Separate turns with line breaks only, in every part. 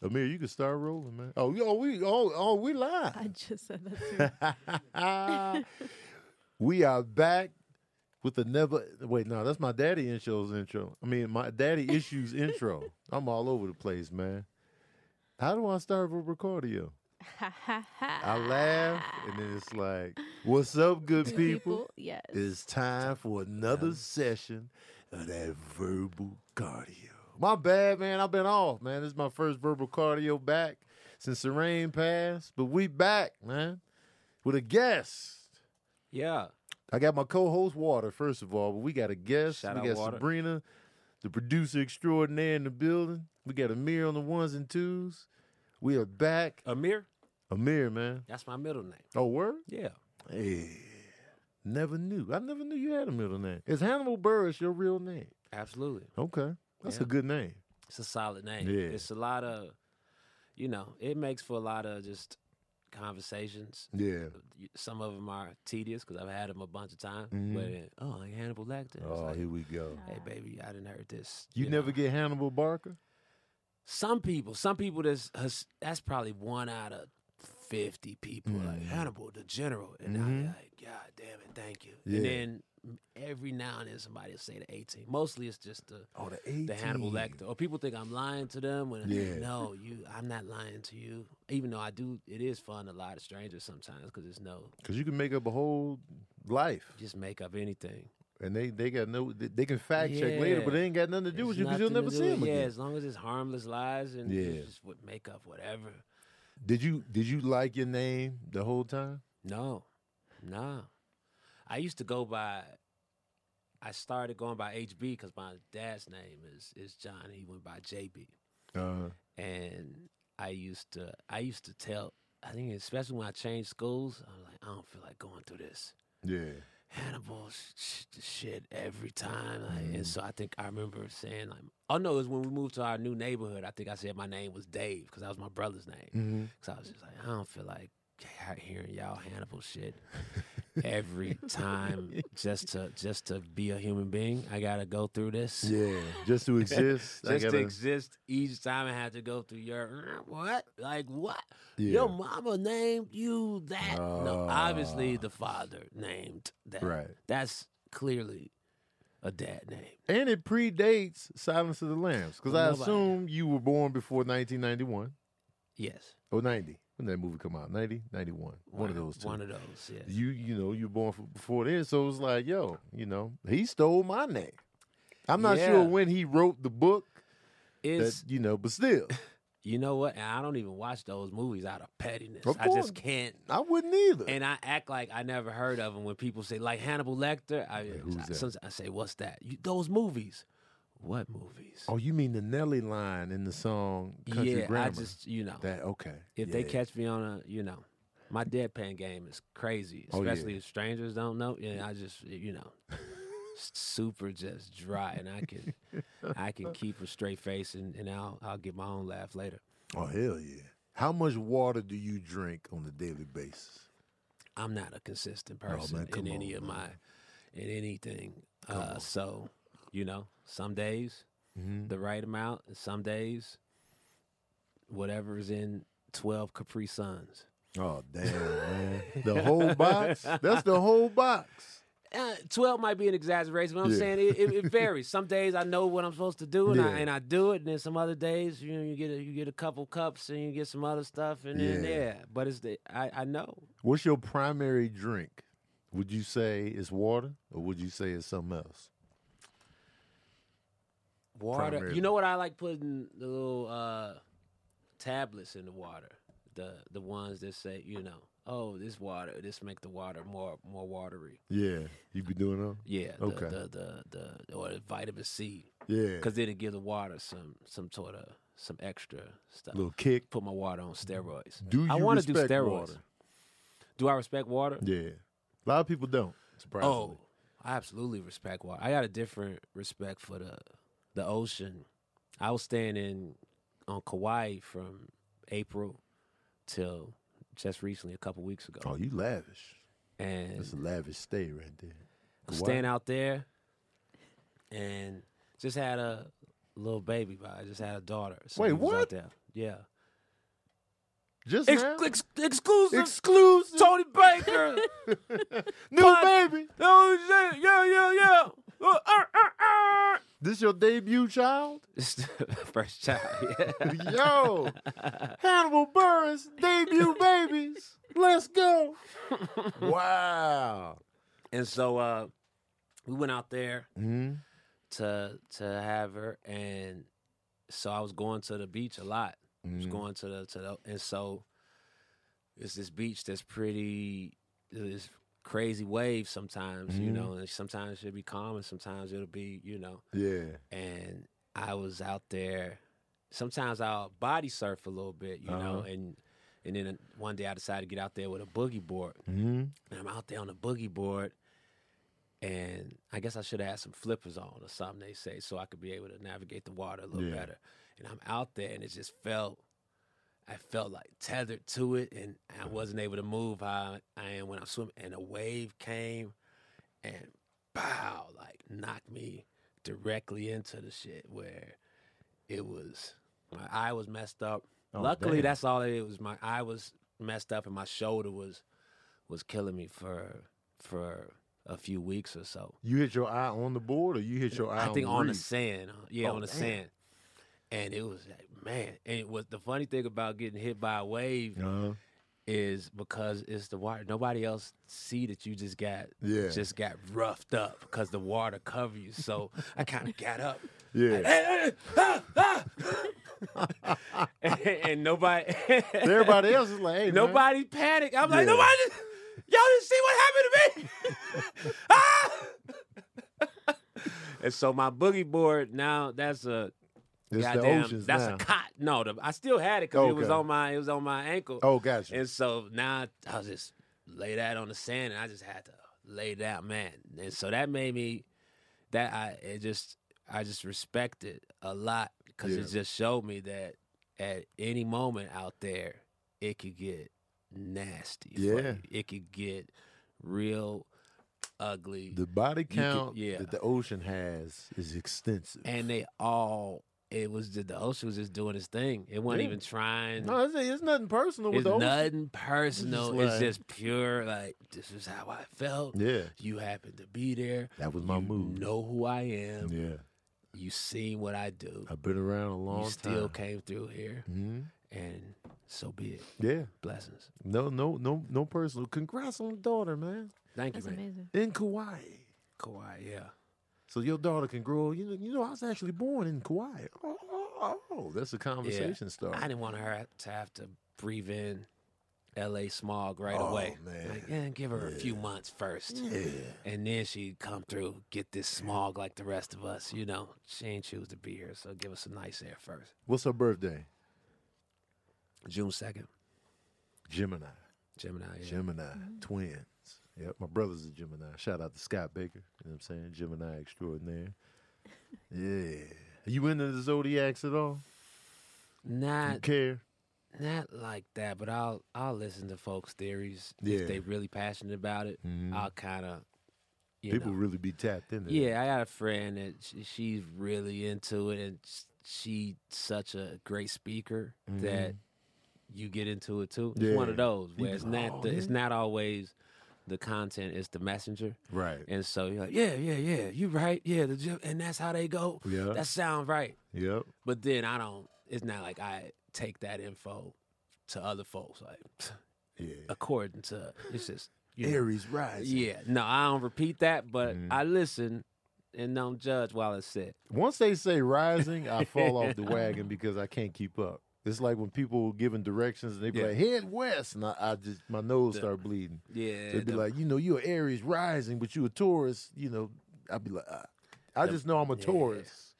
Amir, you can start rolling, man. Oh, yo, we oh oh we
I
live.
just said that
we are back with another. Wait, no, that's my daddy issues intro. I mean, my daddy issues intro. I'm all over the place, man. How do I start with Ricardio?
too.
I laugh, and then it's like, "What's up, good people?
Yes.
It's time for another session of that verbal cardio. My bad, man. I've been off, man. This is my first verbal cardio back since the rain passed, but we back, man, with a guest.
Yeah.
I got my co-host Water first of all, but we got a guest.
Shout
we
out
got
Water.
Sabrina, the producer extraordinaire in the building. We got Amir on the ones and twos. We are back.
Amir,
Amir, man.
that's my middle name.
Oh, word.
Yeah.
Hey, never knew. I never knew you had a middle name. Is Hannibal Burris your real name?
Absolutely.
Okay, that's a
Yeah.
good name.
It's a solid name.
Yeah.
It's a lot of, you know, it makes for a lot of just conversations.
Yeah.
You- Some of them are tedious because I've had them a bunch of times.
Mhm.
But then, oh, like Hannibal Lecter. It's
Oh,
like,
here we go.
hey, baby, I didn't heard this.
You
know.
never get Hannibal Barker.
Some people, some people that's has- that's probably one out of fifty people. Like
Mhm.
Hannibal, the general, and
Mhm.
I'm like, God damn it, thank you.
Yeah.
And then every now and then somebody will say the eighteen. Mostly it's just the
Oh, the 18.
the Hannibal Lecter, or people think I'm lying to them. When
Yeah.
no, you, I'm not lying to you. Even though I do, it is fun to lie to strangers sometimes because it's no,
Because you can make up a whole life,
just make up anything.
and they they got no. They, they can fact check later, but
Yeah.
they ain't got nothing to do with
It's
you because you'll never
nothing to do
see
with-
them
Yeah,
again.
as long as it's harmless lies and you
Yeah.
just would make up whatever.
Did you did you like your name the whole time?
No, no. I used to go by. I started going by HB because my dad's name is is John. and He went by JB.
Uh,
and I used to I used to tell I think especially when I changed schools I'm like I don't feel like going through this
yeah.
Hannibal sh- sh- shit every time like, and so I think I remember saying like oh no it was when we moved to our new neighborhood I think I said my name was Dave because that was my brother's name
Mm-hmm.
because I was just like I don't feel like he- hearing y'all Hannibal shit every time just to just to be a human being I gotta go through this
Yeah. Just to exist. I
just
gotta-
to exist each time I had to go through your "Uh, what? Like what?
yeah.
Your mama named you that? no, obviously
Ah.
the father named that.
Right.
That's clearly a dad name.
And it predates Silence of the Lambs because I
Nobody.
assume you were born before 1991
Yes.
or 90 when that movie come out 90 91 one, of those two
One of those. Yes.
you you know you were born f- before then so it's like yo you know he stole my name I'm not
Yeah.
sure when he wrote the book
it's
that you know but still
you know what? And I don't even watch those movies out of pettiness.
Of
I
course.
just can't.
I wouldn't either
And I act like I never heard of him when people say like Hannibal Lecter. I,
who's
I,
that?
sometimes I say, "What's that? You, those movies? What movies?"
oh you mean the Nelly line in the song Country
yeah,
Grammar
I just you know
that okay
if they
Yeah.
catch me on a you know my deadpan game is crazy
Oh, yeah.
especially if strangers don't know yeah i just you know s- super just dry and i can i can keep a straight face and, and i'll i'll get my own laugh later
oh hell yeah how much water do you drink on a daily basis
i'm not a consistent person
Oh, man, come
in any
on,
of
man.
my in anything uh so you know some days
Mhm.
the right amount and some days whatever is in 12 capri suns
Oh damn, man! The whole box. That's the whole box.
uh, 12 might be an exaggeration, but I'm
Yeah.
saying it, it, it varies. some days I know what I'm supposed to do and,
Yeah.
I, and I do it, and then some other days you know, you get a, you get a couple cups and you get some other stuff, and then
Yeah.
yeah. But it's the I, I know
What's your primary drink? Would you say it's water, or would you say it's something else?
water.
Primarily.
You know what I like putting the little uh, tablets in the water, the the ones that say you know oh this water this make the water more more watery.
Yeah, you be doing them.
Yeah, the,
Okay.
the, the the or vitamin C
Yeah,
because then it gives the water some some sort of some extra stuff.
little kick.
put my water on steroids.
Do you
I
want to
do steroids. Do I respect water?
Yeah, a lot of people don't. Surprisingly.
oh, I absolutely respect water. I got a different respect for the the ocean. I was staying in on Kauai from April till just recently, a couple weeks ago,
oh, you lavish.
and
That's a lavish stay right there.
I'm
Kauai.
staying out there, and just had a little baby. But I just had a daughter. So
Wait,
we was
what?
Out there. Yeah,
Just
Ex-
now.
ex- exclusive.
Exclusive.
Tony Baker.
New
pod-
baby.
oh, yeah, yeah, yeah, yeah. Uh, uh, uh, uh.
This your debut child?
It's the first child. Yeah.
Yo, Hannibal Burris, debut babies. Let's go. Wow.
and so uh, we went out there
Mm-hmm.
to to have her, and so I was going to the beach a lot. was
Mm-hmm.
going to the to the and so it's this beach that's pretty this crazy waves sometimes you
Mhm.
know and sometimes it'll be calm and sometimes it'll be you know
Yeah.
and i was out there sometimes i'll body surf a little bit you know
Uh-huh.
and and then one day i decided to get out there with a boogie board
Mm-hmm.
and i'm out there on the boogie board and i guess i should have had some flippers on or something they say so i could be able to navigate the water a little
Yeah.
better and i'm out there and it just felt I felt like tethered to it, and I wasn't able to move how I am when I'm swimming. And a wave came, and pow, like knocked me directly into the shit where it was my eye was messed up.
Oh,
Luckily,
damn.
that's all it, was. My eye was messed up, and my shoulder was was killing me for for a few weeks or so.
You hit your eye on the board or you hit your eye
I think
on,
on the
reef?
sand. uh, Yeah,
Oh,
on the
damn.
sand. And it was like, man, and it was the funny thing about getting hit by a wave
Uh-huh.
is because it's the water. Nobody else see that you just got
Yeah.
just got roughed up because the water cover you. So I kind of got up.
yeah.
Hey, hey, ah, ah. and, and nobody,
Everybody else is like, hey, man.
nobody panicked. I'm like,
Yeah.
nobody, y'all didn't see what happened to me. ah! and so my boogie board now that's a
It's
goddamn,
the oceans
that's
now.
a cot. No, the, I still had it because it was
Okay.
on my it was on my ankle.
oh, gotcha.
And so now I was just laid out on the sand, and I just had to lay down, man. And so that made me that I it just I just respected a lot because
Yeah.
it just showed me that at any moment out there, it could get nasty. for
Yeah.
you. it could get real ugly,
the body
can-
count
yeah.
that the ocean has is extensive.
and they all. It was just, the ocean was just doing its thing. It wasn't
Yeah.
even trying.
no, it's, it's nothing personal with
It's
the ocean.
nothing personal. It's
like-
just pure. Like this is how I felt.
Yeah.
You happen to be there.
That was my
you
move.
Know who I am.
Yeah.
You seen what I do.
I've been around a long
you still
time.
came through here,
hmm
and so be it.
Yeah.
Blessings.
No, no, no, no personal. Congrats on the daughter, man.
Thank
That's
you, man.
amazing.
In Kauai.
Kawhi. Yeah.
So your daughter can grow. You know, you know I was actually born in Kauai. Oh, oh, oh, that's a conversation starter.
I didn't want her to have to breathe in L.A. smog right
Oh,
away.
man.
Like, yeah, give her a few months first.
Yeah.
And then she'd come through, get this smog like the rest of us, you know. She ain't choose to be here, so give us some nice air first.
What's her birthday?
June second,
Gemini.
Gemini. Yeah.
Gemini twins. Yep, my brother's a Gemini. Shout out to Scott Baker. You know what I'm saying? Gemini extraordinaire. yeah. Are you into the zodiacs at all? you
Not
care?
not like that, but I'll I'll listen to folks' theories
Yeah.
if they really passionate about it.
Mhm.
I'll kind of you
People
know.
really be tapped into.
yeah, I got a friend that sh she's really into it, and sh- she's such a great speaker that you get into it too. It's one of
Mm-hmm. Yeah.
those
You
where
be
it's
like,
not
"Oh,
the, it's
man."
not always the content, it's the messenger.
that. Right.
And so you're like, yeah, yeah, yeah, you right, yeah, the, Gem- and that's how they go.
Yeah.
That sound right.
Yep.
But then I don't. It's not like I take that info to other folks, like
Yeah.
according to. It's just you know.
Aries rising.
yeah. No, I don't repeat that, but
Mhm.
I listen and don't judge while it's said.
Once they say rising, I fall off the wagon because I can't keep up. It's like when people were giving directions and they be
Yeah.
like, head west. And I, I just, my nose
The-
start bleeding.
Yeah,
They'd be
the-
like, you know, you're Aries rising, but you a Taurus. You know, I'd be like, uh, I
The-
just know I'm a
yeah.
Taurus.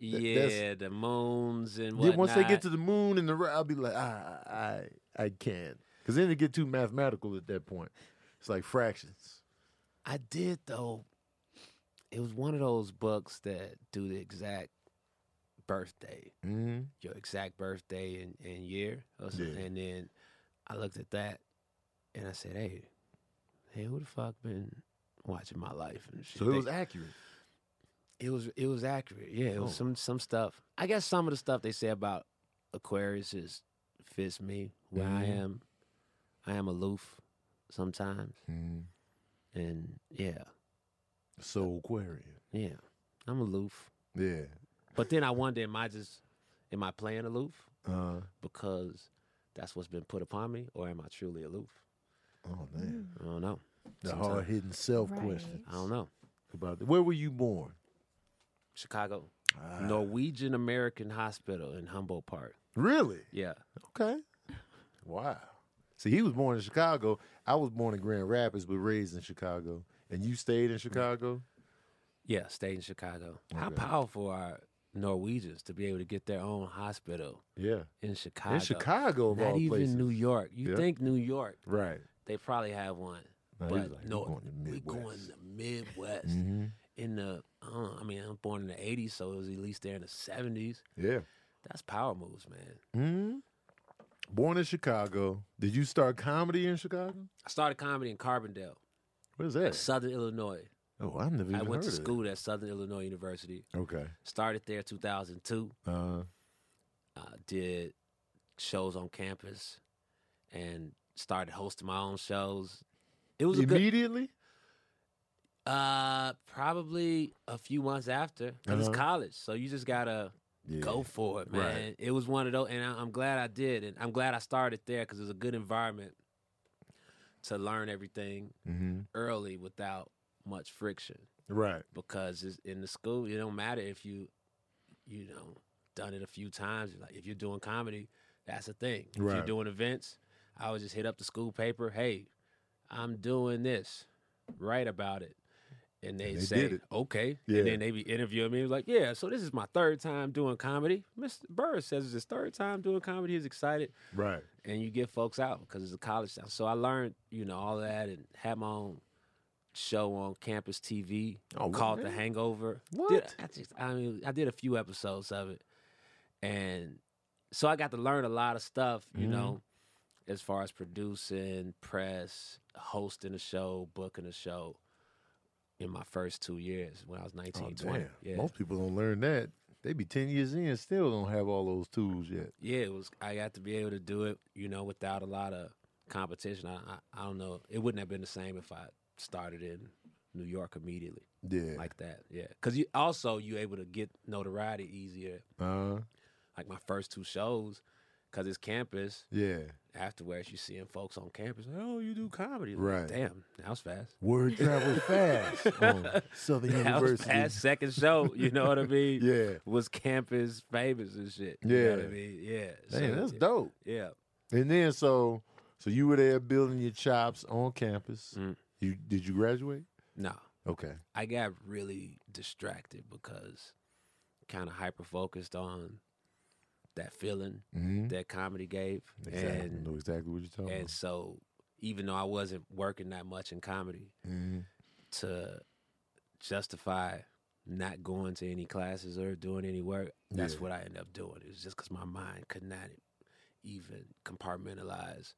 th- that's-
yeah, the moons and
Then
whatnot.
once they get to the moon and the, ri- I'll be like, "Ah, I, I, I can't, because then it get too mathematical at that point. It's like fractions.
I did though. It was one of those books that do the exact birthday,
Mm-hmm.
your exact birthday and, and year, or
Yeah.
something. and then I looked at that and I said, "Hey, hey, who the fuck been watching my life?" And shit?
So it was
They-
accurate.
it was it was accurate. Yeah, it was
Oh.
some some stuff. I guess some of the stuff they say about Aquarius is fits me. Where I
Mm-hmm.
Mhm.
am, I am aloof sometimes,
Mm.
and yeah,
So Aquarian.
yeah, I'm aloof.
Yeah.
But then I wonder, am I just, am I playing aloof
Uh,
because that's what's been put upon me, or am I truly aloof?
oh man,
Mm.
I don't know.
the
Sometimes.
hard hitting self
Right.
question
I don't know.
about that. Where were you born?
Chicago,
Ah,
Norwegian American Hospital in Humboldt Park.
Really?
Yeah.
Okay. Wow. See, he was born in Chicago. I was born in Grand Rapids, but raised in Chicago. And you stayed in Chicago.
Yeah, stayed in Chicago. How
Okay.
powerful are Norwegians to be able to get their own hospital
Yeah.
in Chicago?
In Chicago, of
Not
all
even
places.
New York. You
Yeah.
think New York,
Right.
they probably have one.
No, he was
but
like,
no,
we're going to
we
Midwest.
going to Midwest.
hmm
In the, I don't know, I mean, I'm born in the 80s, so it was at least there in the 70s.
Yeah.
That's power moves, man. Mm-hmm.
hmm Born in Chicago. Did you start comedy in Chicago?
I started comedy in Carbondale,
Where's that?
Southern Illinois.
Oh, I've never even
I went to
heard of
school at Southern Illinois University.
That. Okay.
Started there 2002.
Uh,
uh, did shows on campus and started hosting my own shows. It was a good,
immediately?
uh, probably a few months after 'cause
Uh-huh.
it's college, so you just gotta
yeah.
go for it, man.
Right.
It was one of those, and I, I'm glad I did, and I'm glad I started there because it was a good environment to learn everything
hmm
early without much friction.
Right.
Because it's, in the school, it don't matter if you, you know, done it a few times. Like if you're doing comedy, that's a thing. If
Right.
you're doing events, I would just hit up the school paper. Hey, I'm doing this. Write about it. And they,
And they
say,
did it.
okay.
Yeah.
And then they be interviewing me like, yeah, so this is my third time doing comedy. Mr. Burr says it's his third time doing comedy. He's excited.
Right.
And you get folks out because it's a college town. So I learned, you know, all that and had my own show on campus TV
Oh,
called
what?
The Hangover. Did-
What?
I, just, I mean, I did a few episodes of it, and so I got to learn a lot of stuff, you
Mhm.
know, as far as producing, press, hosting a show, booking a show. In my first two years, when I was 19,
Oh,
20.
damn.
yeah,
Most people don't learn that. They be 10 years in still don't have all those tools yet.
yeah, it was. I got to be able to do it, you know, without a lot of competition. I, I, I don't know. It wouldn't have been the same if I started in New York immediately
Yeah.
like that. Yeah, because you also you able to get notoriety easier
uh,
like my first two shows because it's campus.
yeah.
Afterwards, you seeing folks on campus. Like, oh, you do comedy, Like,
Right.
Damn, that was fast.
Word travels fast on Southern
That was
University.
fast. Second show, you know what I mean?
Yeah.
Was campus famous and shit. you know what I
Yeah.
mean? Yeah.
Dang, that's dope.
Yeah.
And then so so you were there building your chops on campus.
Mm.
You did you graduate?
No,
Okay.
I got really distracted because kind of hyper focused on that feeling
Mm-hmm.
that comedy gave,
Exactly.
and
know exactly what you're talking
and so even though I wasn't working that much in comedy,
about. Mhm.
to justify not going to any classes or doing any work, that's
Yeah.
what I end up doing. It's just because my mind could not even compartmentalize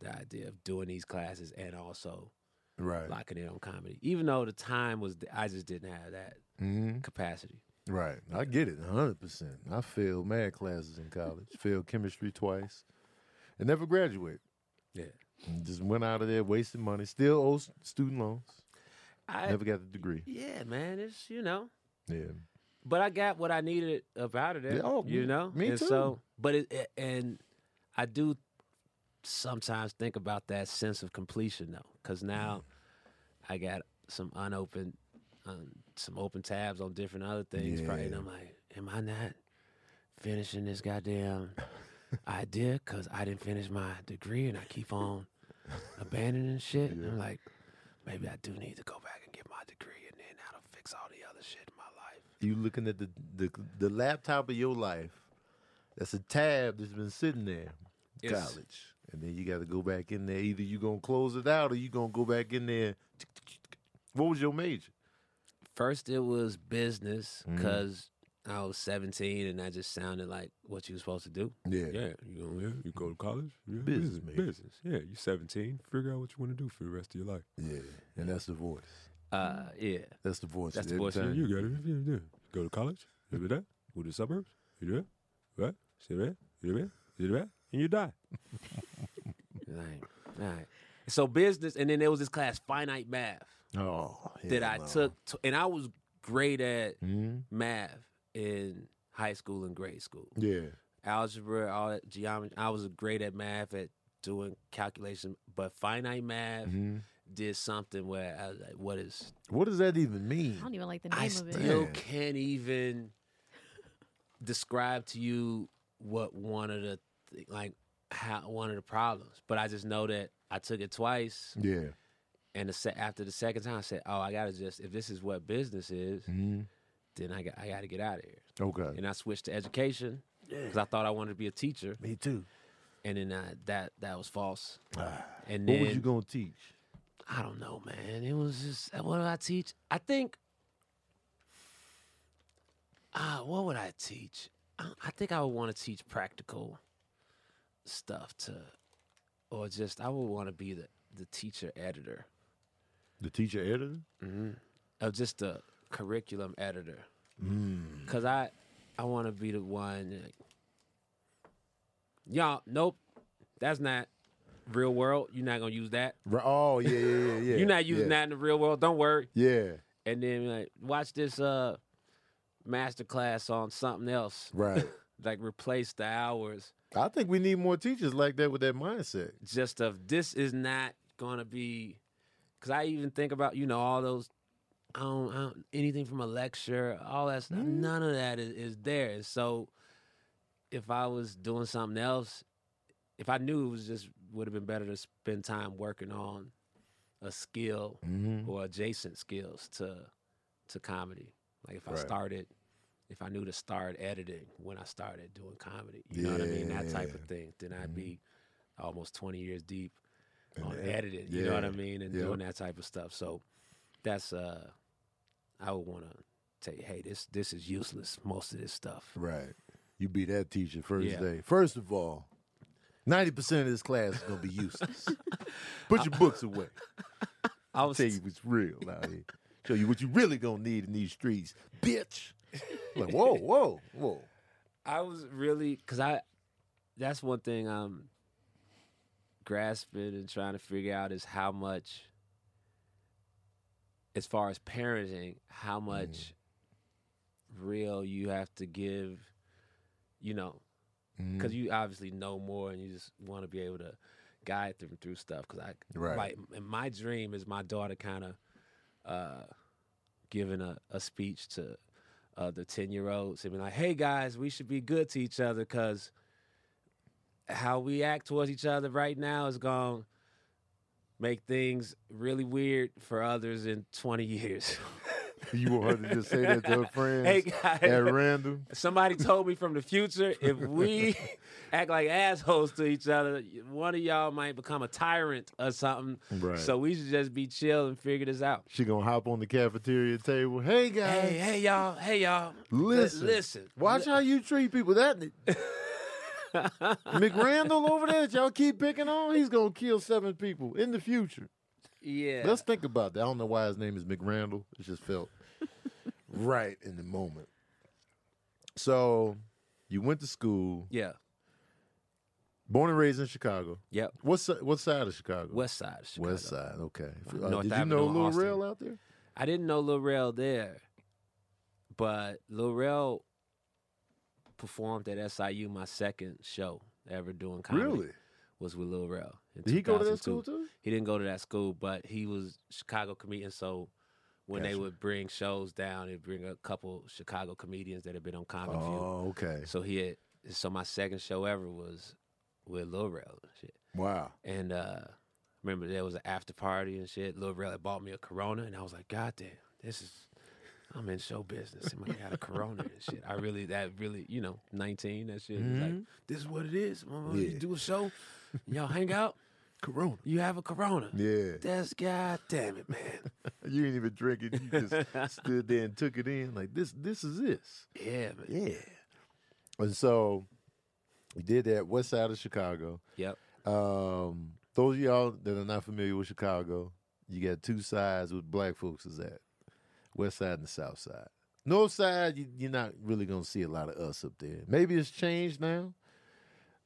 the idea of doing these classes and also
Right.
locking in on comedy. Even though the time was, I just didn't have that
hmm
capacity.
Right. I get it 100%. I failed mad classes in college, failed chemistry twice, and never graduated.
Yeah.
And just went out of there, wasted money, still owe s- student loans,
I,
never got the degree.
yeah, man, it's you know,
Yeah.
but I got what I needed about it.
Yeah, oh,
you
me-
know,
me
and
too.
So, but it, it- and I do sometimes think about that sense of completion though, because now I got some unopened, um, some open tabs on different other things, probably, and
Yeah.
I'm like, am I not finishing this goddamn idea? Because I didn't finish my degree, and I keep on abandoning shit. And I'm like, maybe I do need to go back and get my degree, and then that'll fix all the other shit in my life.
You looking at the, the the laptop of your life. That's a tab that's been sitting there.
It's-
College. And then you got to go back in there. Either you going to close it out or you going to go back in there. What was your major?
First, it was business
Mhm.
because I was 17 and that just sounded like what you were supposed to do. Yeah, you go, yeah, you go to college. Yeah,
Business major.
business. Yeah, you're 17. Figure out what you want to do for the rest of your life.
Yeah. And that's the voice.
Uh, yeah,
That's the voice.
That's
at
the
every
voice in
time.
you.
got it. Yeah, yeah. Go to college. You do that. Go to the suburbs. You do that. Right? See that? You do that? You do that?
and you die.
Like, all right. So business, and then there was this class, finite math,
Oh,
that
hell
I
no.
took, to, and I was great at
Mhm.
math in high school and grade school.
Yeah,
Algebra, all that geometry. I was great at math at doing calculation, but finite math
Mhm.
did something where I was like, "What is?"
what does that even mean?
I don't even like the name
I
of it.
still
Yeah.
can't even describe to you what one of the th- like how one of the problems. But I just know that I took it twice,
Yeah,
and the se- after the second time, I said, "Oh, I gotta just if this is what business is,
Mhm.
then I got I gotta get out of here."
okay,
And I switched to education because I thought I wanted to be a teacher,
me too.
and then I, that that was false.
Ah.
And
What
then
was you gonna teach?
I don't know, man. It was just what did I teach? I think ah, what would I teach? I, I think I would want to teach practical stuff to, or just I would want to be the the teacher editor
The teacher editor?
or just the curriculum editor
Mm.
because I I want to be the one. Like, Y'all, nope, that's not real world. You're not gonna use that.
Right. Oh yeah, yeah, yeah, yeah.
You're not
yeah.
using that in the real world. Don't worry.
Yeah,
and then like watch this uh master class on something else
right.
like replace the hours
I think we need more teachers like that with that mindset.
just of this is not gonna be because i even think about you know all those I don't, I don't anything from a lecture all that stuff none of that is, is there And so if i was doing something else if i knew it was just would have been better to spend time working on a skill
Mm-hmm.
or adjacent skills to to comedy. Like if I
Right.
started, if I knew to start editing when I started doing comedy, you know what I mean, that type of
Yeah.
thing, then I'd
Mhm.
be almost twenty years deep
And
on
ed-
editing. You know what I
yeah,
mean, and
yeah.
doing that type of stuff. So that's uh, I would want to tell you, hey, this this is useless. Most of this stuff.
Right. You be that teacher first
Yeah.
day. First of all, 90% of this class is going to be useless. Put your books away.
I
I'll
was
tell you what's real out here. Show you what you really going to need in these streets, bitch. Like, whoa, whoa, whoa.
I was really because I that's one thing I'm grasping and trying to figure out is how much as far as parenting, how much real you have to give, you know, because you obviously know more and you just want to be able to guide them through stuff. Because I,
Right.
like, and my dream is my daughter kind of uh, giving a, a speech to uh, the 10 year olds and be like, hey guys, we should be good to each other because how we act towards each other right now is going to make things really weird for others in 20 years.
You want her to just say that to her friends
hey guys.
at random?
Somebody told me from the future if we act like assholes to each other, one of y'all might become a tyrant or something.
Right.
So we should just be chill and figure this out.
She going to hop on the cafeteria table. Hey, guys.
Hey, hey y'all, hey y'all. Li-
Listen.
listen.
Watch how you treat people. That McRandall over there that y'all keep picking on, he's gonna kill seven people in the future.
Yeah.
Let's think about that. I don't know why his name is McRandall. It just felt right in the moment. So you went to school,
yeah.
born and raised in Chicago.
Yep.
What si- what side of Chicago?
West side. of Chicago.
West side. Okay. Uh,
North
did you
Avenue
know
in
Lil
Austin.
Rel out there?
I didn't know Lil Rel there, but Lil Rel performed at SIU my second show ever doing comedy.
Really?
Was with Lil Rel. in
Did he go to that
2002.
school too?
he didn't go to that school, but he was Chicago comedian. So when they
Gotcha.
would bring shows down, they'd bring a couple Chicago comedians that had been on Common View.
Oh, okay.
So he had, so my second show ever was with Lil Rel and shit.
Wow.
And uh, remember there was an after party and shit. Lil Rel had bought me a Corona, and I was like, God damn, this is. I'm in show business and I got a corona and shit. I really, that really, you know, 19, that shit. was Like,
Mhm.
this is what it is. mama. You
Yeah.
do a show, y'all hang out,
Corona.
you have a corona.
Yeah.
That's god damn it, man.
You didn't even drink it. You just stood there and took it in. Like this this is this.
Yeah, man.
Yeah. And so we did that west side of Chicago.
Yep.
Um, those of y'all that are not familiar with Chicago, you got two sides with black folks is at west side and the south side. North side, you, you're not really gonna see a lot of us up there. Maybe it's changed now.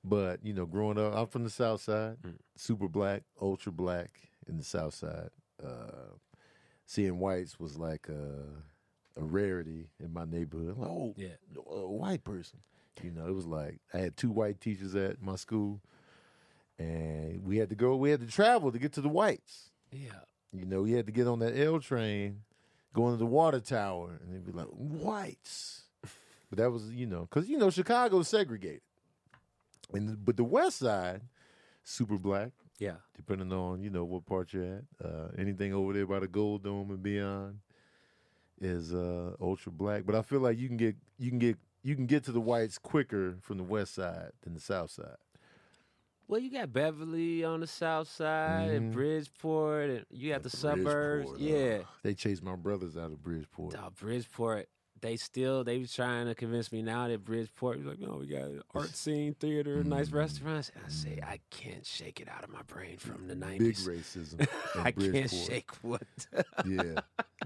But you know, growing up, I'm from the South Side,
Mm.
super black, ultra black in the South Side. Uh, seeing whites was like a, a rarity in my neighborhood. Like, oh,
Yeah.
a white person. You know, it was like I had two white teachers at my school, and we had to go. We had to travel to get to the whites.
Yeah.
You know, we had to get on that L train, go into the water tower, and they'd be like, whites. But that was, you know, because, you know, Chicago's segregated. And But the West Side, super black,
Yeah.
depending on, you know, what part you're at. Uh, anything over there by the Gold Dome and beyond is uh, ultra black. But I feel like you can get, you can get, you can get to the whites quicker from the West Side than the South Side.
Well, you got Beverly on the south side
Mhm.
and Bridgeport, and you got the suburbs.
Bridgeport, uh,
Yeah.
they chased my brothers out of Bridgeport.
Nah, Bridgeport, they still they was trying to convince me now that Bridgeport was like, no, we got an art scene, theater, nice
Mm.
restaurants. And I say, I can't shake it out of my brain from the
Big
nineties.
racism. in
I can't
Bridgeport.
shake what
Yeah.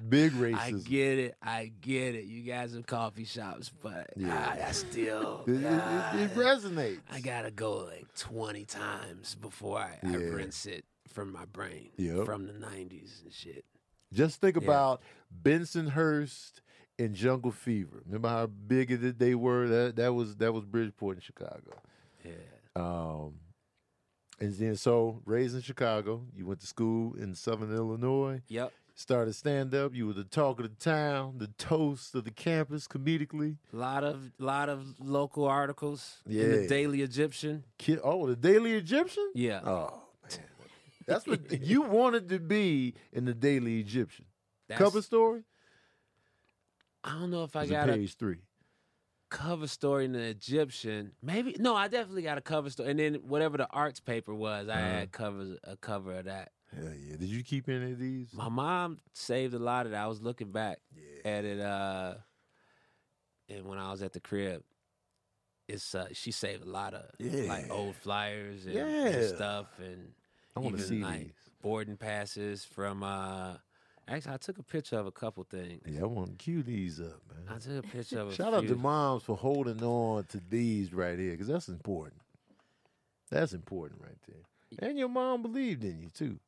Big
I
racism.
get it. I get it. You guys are coffee shops, but
Yeah.
ah, I still
it, it- it- it
ah,
resonates.
I gotta go like twenty times before I, I
Yeah.
rinse it from my brain.
Yep.
From the nineties and shit.
Just think
Yeah.
about Bensonhurst and Jungle Fever. Remember how bigoted they were? That that was that was Bridgeport in Chicago.
Yeah.
Um, and then so raised in Chicago, you went to school in Southern Illinois.
Yep.
Started stand up. You were the talk of the town, the toast of the campus, comedically.
lot of lot of local articles in the
Yeah.
Daily Egyptian.
Kid, oh, the Daily Egyptian.
Yeah.
Oh man, that's what you wanted to be in the Daily Egyptian.
That's-
Cover story.
I don't know if I
It's in
got a
page three.
cover story in the Egyptian. Maybe no, I definitely got a cover story. And then whatever the arts paper was, I
Uh-huh.
had covers a cover of that.
Hell yeah! Did you keep any of these?
My mom saved a lot of that. I was looking back
Yeah.
at it uh and when I was at the crib. It's uh she saved a lot of like
Yeah.
old flyers and, and
Yeah.
stuff and
I want to
even
see
like-
these.
boarding passes from uh actually I took a picture of a couple things.
Yeah, I want to cue these up,
I
man.
took a picture of a
Shout out
few.
to moms for holding on to these right here, because that's important. That's important right there. And your mom believed in you too.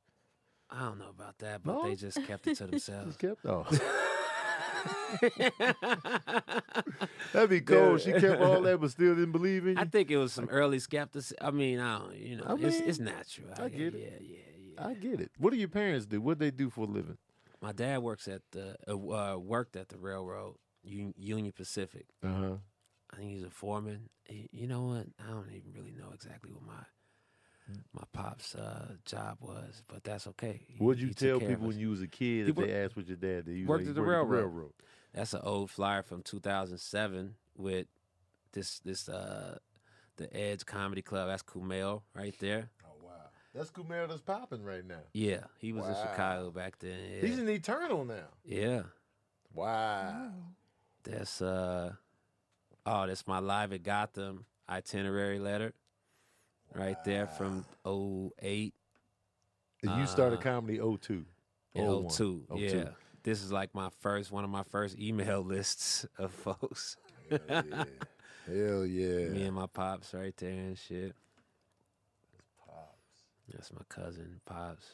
I don't know about that, but
No?
they just kept it to
Just
themselves.
kept oh, that'd be cool. She kept all that, but still didn't believe in you.
I think it was some early skeptics. I mean, I don't, you know,
I
it's,
mean,
it's natural.
I get it.
Yeah, yeah, yeah.
I get it. What do your parents do? What they do for a living?
My dad works at the uh, uh, worked at the railroad Un- Union Pacific.
Uh huh.
I think he's a foreman. Y- You know what? I don't even really know exactly what my
Mm.
my pop's uh, job was, but that's okay. He-
What'd you
he took
tell
care of
people
us.
when you was a kid?
He
If they
wor-
asked what your dad did, you
worked
like,
at the railroad." That's an old flyer from 2007 with this this uh the Edge Comedy Club. That's Kumail right there.
Oh wow, that's Kumail that's popping right now.
Yeah, he was in
Wow.
Chicago back then. Yeah,
He's an eternal now.
yeah.
Wow.
Oh.
That's uh oh, that's my live at Gotham itinerary letter right there from 08
And you started
Uh,
comedy 02.
and
01.
02.
02.
Yeah, this is like my first one of my first email lists of folks.
Hell yeah. Hell yeah.
Me and my pops right there and shit. That's my cousin pops.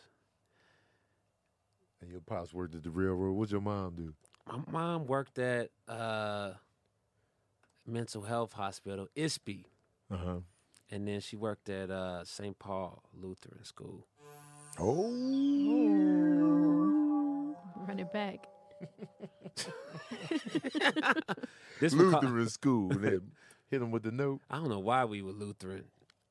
And your pops worked at the railroad. What'd your mom do?
My mom worked at uh mental health hospital, ISPE,
Uh huh.
E, and then she worked at uh St. Paul Lutheran School.
Oh.
Run it back.
This was called-
Lutheran school. Then hit him with the note.
I don't know why we were Lutheran.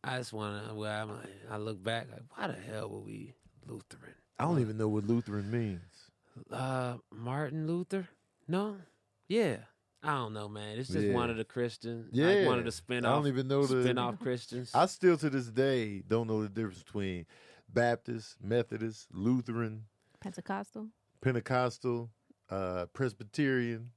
I just want to. Well, I'm like, I look back, like, why the hell were we Lutheran?
I don't even know what Lutheran means.
Uh, Martin Luther? No. Yeah. I don't know, man. It's just
Yeah.
one of the Christians.
Yeah.
Like one of the
I
spin
don't
off
even know the.
spin-off Christians.
I still to this day don't know the difference between Baptist, Methodist, Lutheran,
Pentecostal.
Pentecostal, uh, Presbyterian.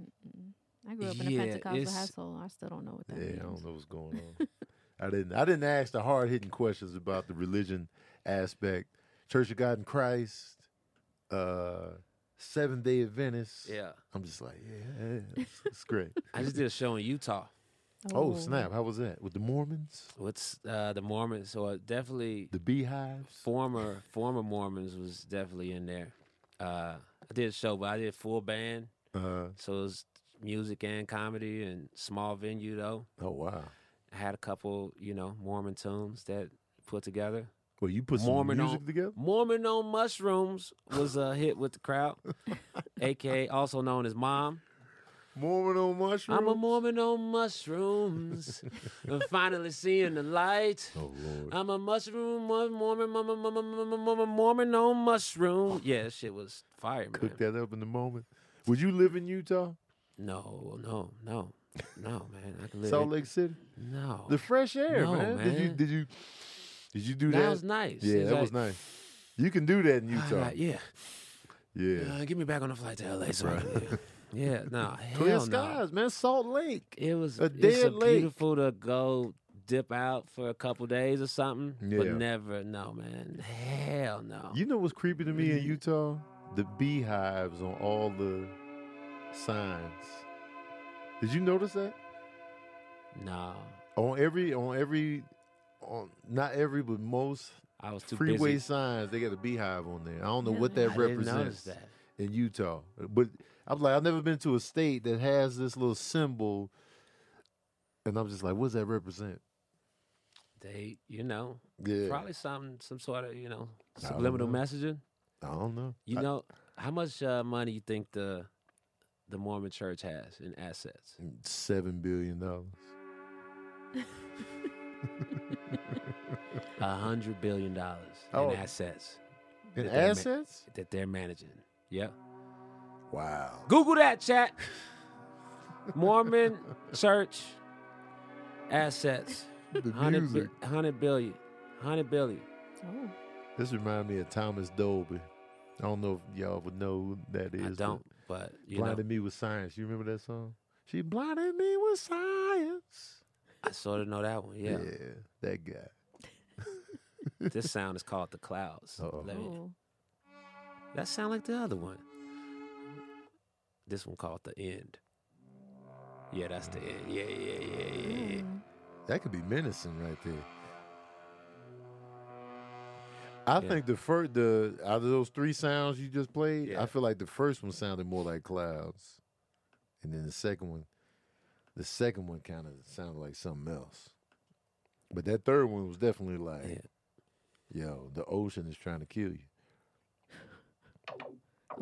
Mm-mm. I grew up in a
Yeah,
Pentecostal
it's-
household. I still don't know what that
Yeah, I
means.
don't know what's going on. I didn't. I didn't ask the hard hitting questions about the religion aspect. Church of God in Christ, uh, Seventh Day Adventist.
yeah.
I'm just like, yeah, it's, it's great.
I just did a show in Utah.
Oh, snap. How was that? With the Mormons?
What's uh, the Mormons? So uh, definitely
The Beehives?
former former Mormons was definitely in there. Uh, I did a show, but I did full band,
Uh,
so it was music and comedy and small venue though.
oh, wow.
I had a couple, you know, Mormon tunes that put together.
Well, you put some
Mormon
music
on-
together?
Mormon on Mushrooms was a hit with the crowd, aka also known as Mom.
Mormon on mushroom?
I'm a Mormon on mushrooms. I'm finally seeing the light.
Oh, Lord.
I'm a mushroom, Mormon, Mormon, Mormon, Mormon, Mormon, Mormon on mushroom. Yeah, that shit was fire, man.
Cook that up in the moment. Would you live in Utah?
No, no, no, no, man. I can live.
Salt
in-
Lake City?
No,
The fresh air,
No,
man. Did you
man.
did you did you do
that,
that?
was nice.
yeah,
It's
that was
like,
nice. You can do that in
all
Utah.
right, yeah,
Yeah.
Uh, get me back on the flight to LA, so I can live. yeah, no,
Clear
hell no.
skies, man. Salt Lake.
It was
A
it's
dead lake.
beautiful to go dip out for a couple days or something, but
Yeah.
never, no, man, hell no.
You know what's creepy to
Mm-hmm.
me in Utah? The beehives on all the signs. Did you notice that?
no,
On every on every on not every but most
I was too
freeway
busy.
signs, they got a beehive on there. I don't know what
Really?
that
I didn't notice
represents
that.
in Utah. But I'm like, I've never been to a state that has this little symbol. And I'm just like, what does that represent?
They, you know,
Yeah.
probably some some sort of you know
don't
subliminal
know.
messaging.
I don't know.
You
I-
know how much uh, money you think the the Mormon Church has in assets?
seven billion dollars.
A hundred billion dollars
Oh.
in assets
In
That they ma-
assets?
that they're managing. Yeah,
Wow.
Google that, chat. Mormon Church assets
The
100,
music.
bi- 100 billion, 100 billion.
Oh,
This reminds me of Thomas Dolby. I don't know if y'all would know who that is.
I
but
don't, but you
blinded
know,
me with science. You remember that song? She blinded me with science.
I sort of know that one. Yeah,
that guy.
this sound is called the clouds.
Uh-oh.
Let me-
oh.
That sound like the other one. This one called the end. Yeah, that's the end. Yeah, yeah, yeah, yeah, yeah.
Mm.
That could be menacing right there. I
Yeah.
think the first, the out of those three sounds you just played,
Yeah.
I feel like the first one sounded more like clouds, and then the second one, the second one kind of sounded like something else. But that third one was definitely like,
Yeah.
yo, the ocean is trying to kill you.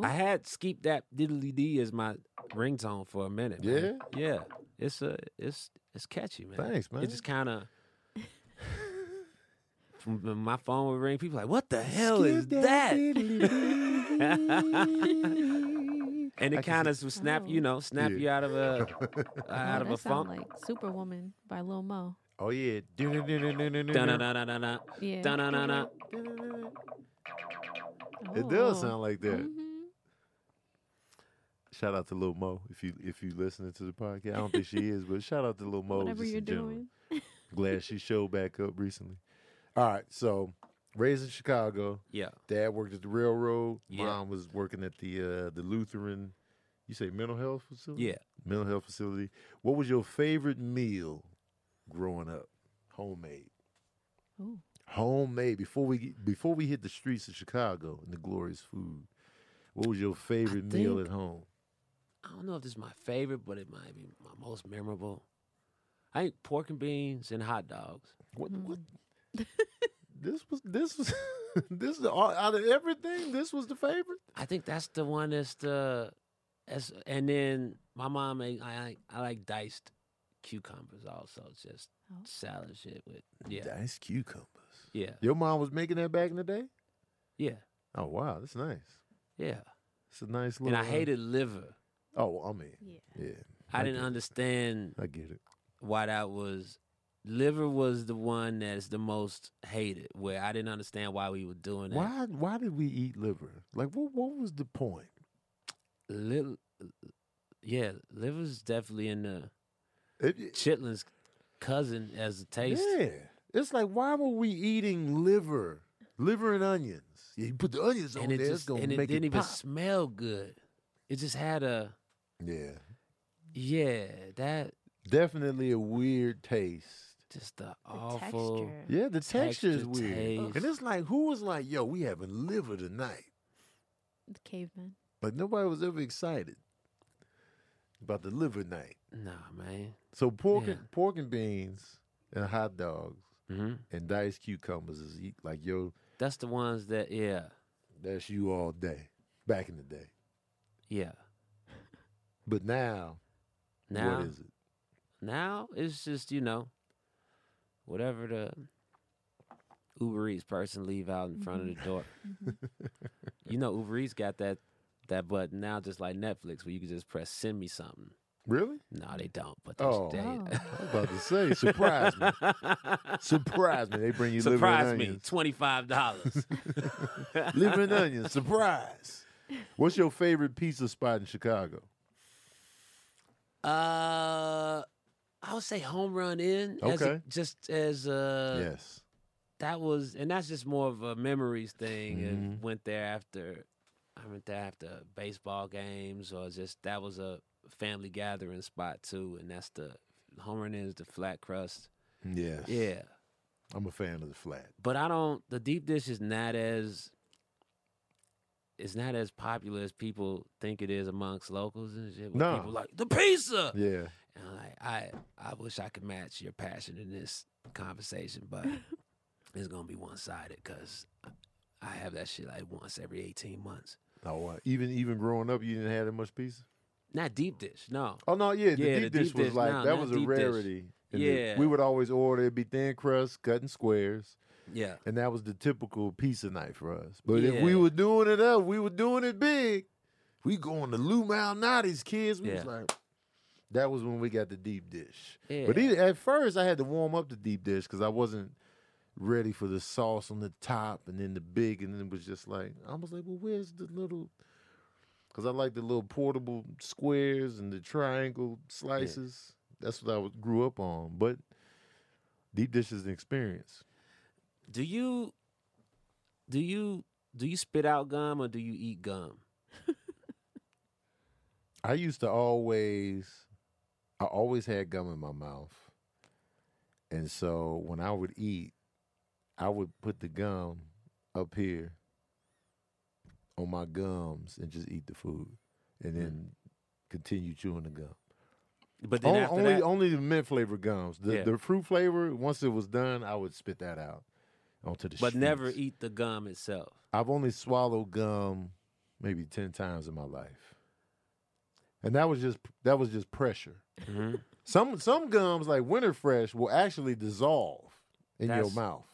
I had Skeep That Diddly D as my ringtone for a minute. man. Yeah. It's a it's it's catchy, man.
Thanks, man.
It just kinda when my phone would ring, people like, what the hell is that? and
I
it
can
kinda would snap, you know, snap
Yeah.
you out of a out
Oh,
of
that
a
sound
funk.
like Superwoman by Lil Mo.
oh yeah,
Dun-dun-dun-dun-dun-dun.
Yeah.
Dun-dun-dun-dun.
It
Oh.
does sound like that.
Mhm.
Shout out to Lil Mo if you if you listening to the podcast. I don't think she is, but shout out to Lil Mo.
Whatever
just
you're
in general.
doing.
Glad she showed back up recently. All right, so raised in Chicago,
Yeah.
dad worked at the railroad.
Yeah.
Mom was working at the uh, the Lutheran. You say mental health facility?
Yeah.
mental health facility. What was your favorite meal growing up? Homemade,
Ooh.
homemade. Before we get- before we hit the streets of Chicago and the glorious food, what was your favorite meal
think-
at home?
I don't know if this is my favorite, but it might be my most memorable. I think pork and beans and hot dogs.
What? What? this was this was this is all, out of everything. This was the favorite.
I think that's the one that's the that's, and then my mom made I like I like diced cucumbers also, just
Oh.
salad shit with yeah.
Diced cucumbers.
Yeah.
Your mom was making that back in the day.
Yeah.
Oh wow, that's nice.
Yeah.
It's a nice
And
little.
I
uh,
hated liver.
Oh, I mean,
Yeah.
yeah,
I
I
didn't
get it.
understand
I get it.
why that was liver was the one that's the most hated where I didn't understand why we were doing that.
Why? Why did we eat liver? Like, what? What was the point?
Little, yeah, liver's definitely in the
It- it-
chitlin's cousin as a taste.
yeah, it's like why were we eating liver, liver and onions? Yeah, you put the onions on
And it
there, it's
just
gonna
and it
make
didn't
it
even
pop.
smell good. It just had a
yeah,
yeah, that
Definitely a weird taste.
Just the,
The
awful.
texture.
Yeah, the texture is
Texture,
weird.
taste.
And it's like, who was like, yo, we having liver tonight?
The caveman.
But nobody was ever excited about the liver night.
Nah, man.
So pork
Yeah.
and pork and beans and hot dogs
hmm
and diced cucumbers is eat like yo,
That's the ones that, yeah,
that's you all day. Back in the day.
yeah.
But now,
Now,
what is it?
now it's just you know, whatever the Uber Eats person leave out in front of the door.
Mhm.
you know, Uber Eats got that that button now, just like Netflix, where you can just press send me something.
Really?
No, they don't. But they,
Oh.
they
I was about to say, surprise me. Surprise me. They bring you liver
surprise
and
me,
onions.
twenty five dollars.
liver and onions, surprise. What's your favorite pizza spot in Chicago?
Uh, I would say home run in. As a,
Okay.
just as uh,
yes.
that was, and that's just more of a memories thing.
Mhm.
And went there after, I went there after baseball games, or just that was a family gathering spot too. And that's the home run in is the flat crust.
Yes.
Yeah,
I'm a fan of the flat.
but I don't. The deep dish is not as. It's not as popular as people think it is amongst locals and shit. where
No.
people like the pizza.
Yeah.
And I'm like, I I wish I could match your passion in this conversation, but it's gonna be one sided because I have that shit like once every eighteen months.
Oh, wow. even even growing up, you didn't have that much pizza.
Not deep dish, no.
Oh no, yeah, the
Yeah,
deep
the
dish
deep
was
dish.
like
No,
that
not
was a
deep dish.
rarity. And the-
Yeah.
we would always order. It'd be thin crust, cut in squares,
Yeah,
and that was the typical pizza night for us. But if we
Yeah.
were doing it up, we were doing it big. We going to Lou Malnati's kids. We was
Yeah.
like, that was when we got the deep dish.
yeah.
But either, at first, I had to warm up the deep dish because I wasn't ready for the sauce on the top and then the big, and then it was just like I was like, well, where's the little? Because I like the little portable squares and the triangle slices. That's what I was, grew up on. But deep dish is an experience.
do you do you do you spit out gum or do you eat gum?
I used to always, I always had gum in my mouth, and so when I would eat, I would put the gum up here on my gums and just eat the food, and
Hmm.
then continue chewing the gum.
But then
Only,
after
only,
that,
only the mint flavored gums. The,
Yeah.
the fruit flavor, once it was done, I would spit that out onto the.
but never
streets.
eat the gum itself.
I've only swallowed gum maybe ten times in my life, and that was just that was just pressure. Some some gums like Winter Fresh will actually dissolve in your
That's-
mouth.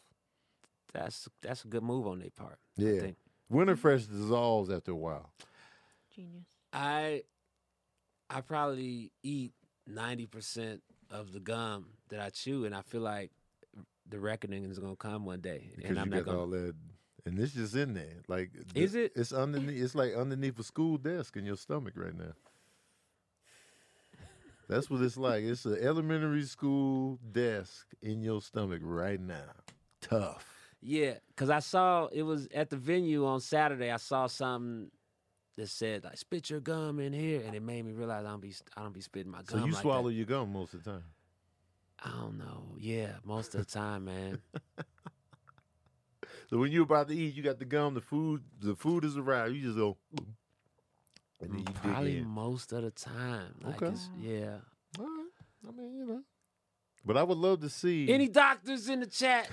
That's that's a good move on their part. I
Yeah,
think.
Winter Fresh dissolves after a while.
Genius.
I I probably eat ninety percent of the gum that I chew, and I feel like the reckoning is gonna come one day,
Because
and
you
I'm
got
not gonna.
all that, and this just in there. Like, the-
Is it?
It's underneath. It's like underneath a school desk in your stomach right now. That's what it's like. It's an elementary school desk in your stomach right now. Tough.
Yeah, because I saw it was at the venue on Saturday. I saw something that said like "spit your gum in here," and it made me realize I don't be I don't be spitting my
So
gum.
you
like that.
swallow your gum most of the time.
I don't know. Yeah, most of the time, man.
So when you're about to eat, you got the gum. The food, the food is around. You just go, and then you dig
Mm, Probably
in.
most of the time. Like
Okay.
it's, yeah.
All right. I mean, you know. But I would love to see.
Any doctors in the chat?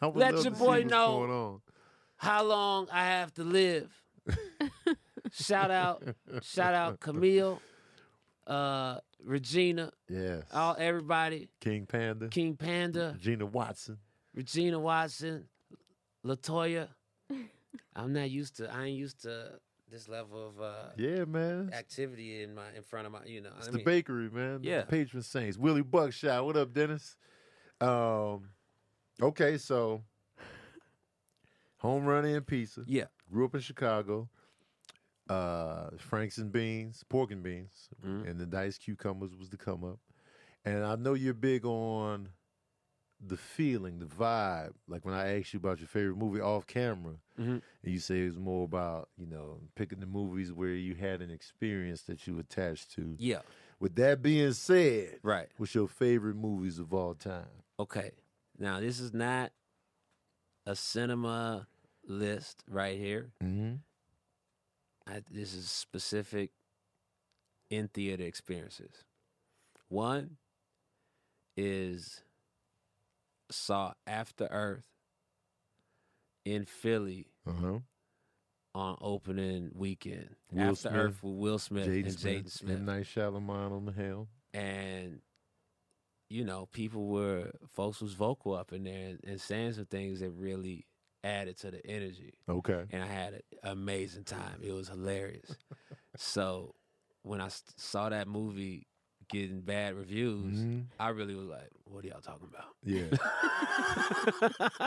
I would
let
love
your
to see
boy
what's
know.
Going on.
how long I have to live. shout out, shout out Camille, uh, Regina,
Yes.
all everybody,
King Panda.
King Panda,
Gina Watson.
Regina Watson, Latoya. I'm not used to. I ain't used to this level of uh,
Yeah, man.
activity in my in front of my. You know,
It's
I
the
mean,
bakery, man.
Yeah.
Patron Saints. Willie Buckshot. What up, Dennis? Um, okay, so home run and pizza.
yeah,
Grew up in Chicago. Uh, Franks and beans, pork and beans,
Mhm.
and the diced cucumbers was the come up. And I know you're big on the feeling, the vibe. Like when I asked you about your favorite movie off camera,
Mhm.
and you say it was more about you know picking the movies where you had an experience that you attached to
yeah.
With that being said,
Right.
what's your favorite movies of all time?
Okay. Now this is not a cinema list right here.
Mm-hmm.
I, this is specific in theater experiences. One is saw After Earth in Philly
Uh-huh.
on opening weekend.
Will
After
Smith,
Earth with Will Smith
Jaden
and
Smith,
Jaden Smith.
M. Night Shyamalan on the hill.
and you know people were folks was vocal up in there and, and saying some things that really added to the energy
Okay.
and i had an amazing time it was hilarious so when i s- saw that movie getting bad reviews
Mhm.
i really was like what are y'all talking about
Yeah.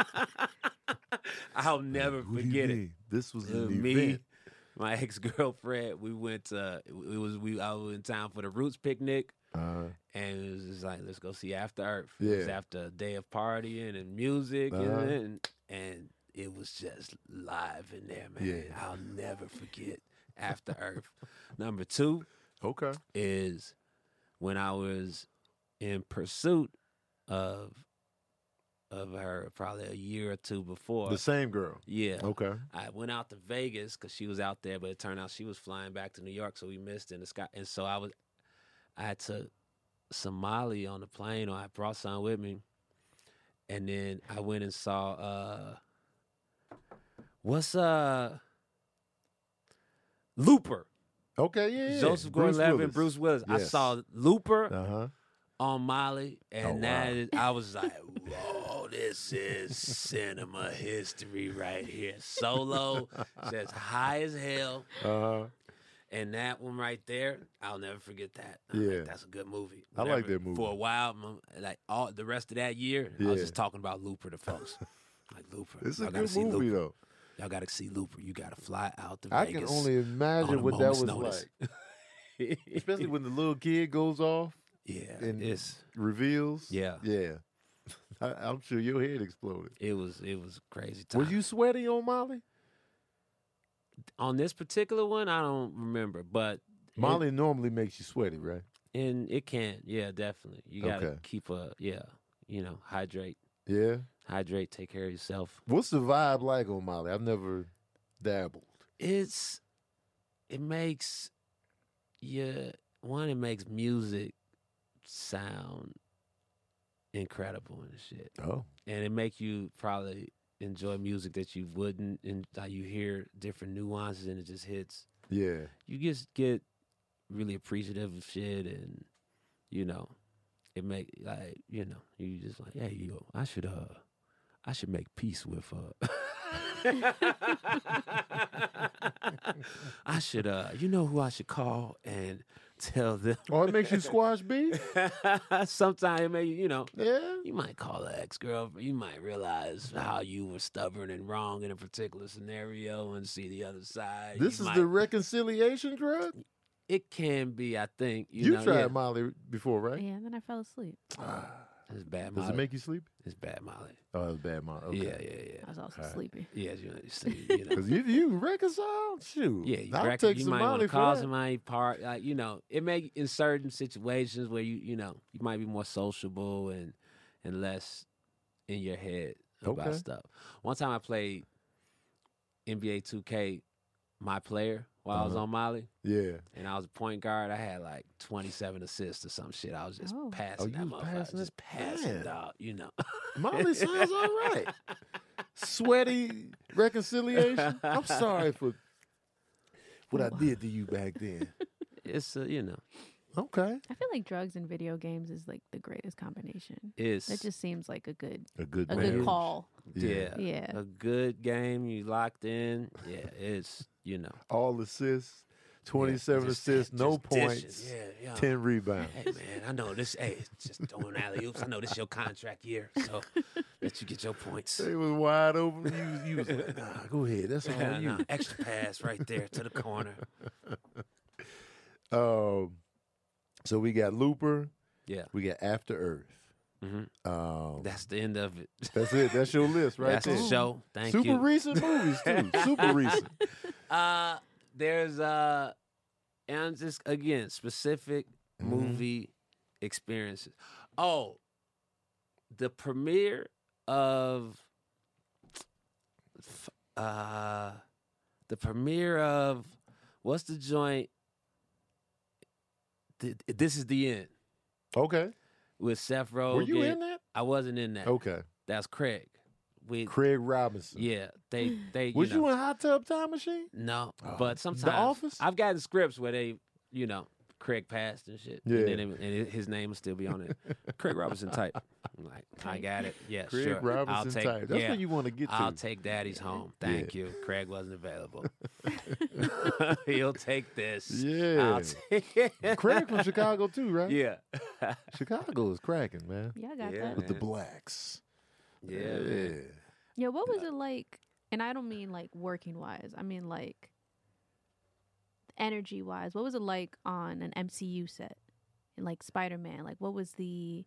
i'll never
What do you
forget it
mean? This was
uh,
an
me,
event.
my ex girlfriend, we went. Uh, it was we. I was in town for the Roots picnic,
Uh,
and it was just like, let's go see After Earth. It was
Yeah.
after a day of partying and music,
Uh-huh.
and, and and it was just live in there, man.
Yeah.
I'll never forget After Earth. Number two
okay.
is when I was in pursuit of of her, probably a year or two before.
The same girl.
yeah.
Okay.
I went out to Vegas because she was out there, but it turned out she was flying back to New York, so we missed in the sky. And so I was, I took Somali on the plane, or I brought some with me, and then I went and saw uh, what's uh, Looper,
Okay. Yeah. yeah.
Joseph Gordon-Levitt, Bruce Willis. I
Yes.
saw Looper
Uh huh.
on Molly,
Oh,
and
wow.
that is- I was like, "Whoa, this is cinema history right here." Solo, just high as hell,
Uh huh.
and that one right there, I'll never forget that. I'm like,
Yeah.
that's a good movie.
I like that movie.
For a while, mum, like all the rest of that year, I was
Yeah.
just talking about Looper to folks. Like Looper,
It's a
y'all gotta
good
see
movie
Looper.
though.
Y'all gotta see Looper. You gotta fly out to
I
Vegas.
can only
on
imagine
a
what that
moment's
was
notice.
like. Especially when the little kid goes off,
yeah,
in-
it's
reveals.
Yeah.
Yeah. I, I'm sure your head exploded.
it was it was a crazy time.
Were you sweaty on Molly?
on this particular one, I don't remember, but it-
Molly normally makes you sweaty, right?
and it can, yeah, definitely. You gotta
Okay.
keep a yeah, you know, hydrate,
Yeah.
hydrate, take care of yourself.
What's the vibe like on Molly? I've never dabbled.
It's it makes yeah one it makes music sound incredible and shit,
Oh.
and it make you probably enjoy music that you wouldn't and like you hear different nuances and it just hits
Yeah.
you just get really appreciative of shit and you know it make like you know you just like hey yo i should uh i should make peace with uh i should uh you know who i should call and tell them
Oh, it makes you squash beef?
sometimes it may you know
Yeah.
you might call an ex girlfriend. You might realize how you were stubborn and wrong in a particular scenario and see the other side. You
This is
might-
the reconciliation drug?
it can be, I think. You,
You,
know,
tried
yeah.
Molly before, right? Ah,
Yeah, and then I fell asleep.
It's bad
Does
Molly.
it make you sleep?
it's bad Molly.
Oh, it's bad Molly. Okay.
Uh, Yeah, yeah, yeah.
I was also
Alright.
sleepy.
Yeah, you know, you see, you know.
Cause you you reconcile, shoot.
Yeah, you,
I'll
reckon
take
you
some
might want
Molly
to
for
call
that.
somebody part, like you know, it may in certain situations where you you know you might be more sociable and and less in your head about
Okay.
stuff. One time I played NBA 2K, my player while I was
Uh-huh.
on Molly,
Yeah.
and I was a point guard. I had like 27 assists or some shit. I was just
Oh. Oh,
passing
you
that
was
motherfucker,
passing it?
just passing
Damn.
dog, you know.
Molly sounds all right. Sweaty reconciliation. I'm sorry for what I did to you back then.
It's uh, you know,
Okay.
I feel like drugs and video games is like the greatest combination.
it's
That just seems like a good
A good
a
Marriage.
good call.
yeah,
Yeah.
a good game. You locked in. Yeah, it's you know,
All assists, 27
just-
assists, no
just dishes.
points,
Yeah, yeah.
10 rebounds.
Hey man, I know this. Hey, it's just throwing alley oops. I know this your contract year, so let you get your points.
They was wide open. You, was- you was like, nah, go ahead. That's all
Yeah,
you.
no, extra pass right there to the corner.
Um, so we got Looper.
Yeah.
We got After Earth.
hmm
Um,
That's the end of it.
that's it. That's your list right
That's
there.
the show. Thank
Super
you.
recent movies too. Super recent.
Uh, there's uh, and I'm just again specific
Mm-hmm.
movie experiences. Oh, the premiere of f- uh the premiere of what's the joint? Th- This is the end
Okay.
with Seth Rogen.
Were you in that?
I wasn't in that.
Okay.
That's Craig. With
Craig Robinson.
yeah, they they
Was
you know,
you in Hot Tub Time Machine?
no,
Oh.
but
The
sometimes
Office?
I've gotten scripts where they, you know, Craig passed and shit.
Yeah.
And, then, it- and it- his name will still be on it. Craig Robinson type. I'm like, I
Type.
got it. Yeah,
Craig
sure.
Robinson
I'll take,
type. That's
yeah,
what you want to get to.
I'll take daddy's home. Thank you. Craig wasn't available. He'll take this.
yeah.
I'll take
Craig from Chicago too, right?
Yeah.
Chicago is cracking, man.
Yeah, I got
Yeah.
that.
With the
Man.
blacks.
Yeah. man.
Yeah, what was it like? And I don't mean like working wise. I mean like energy wise. What was it like on an MCU set? And like Spider Man, like what was the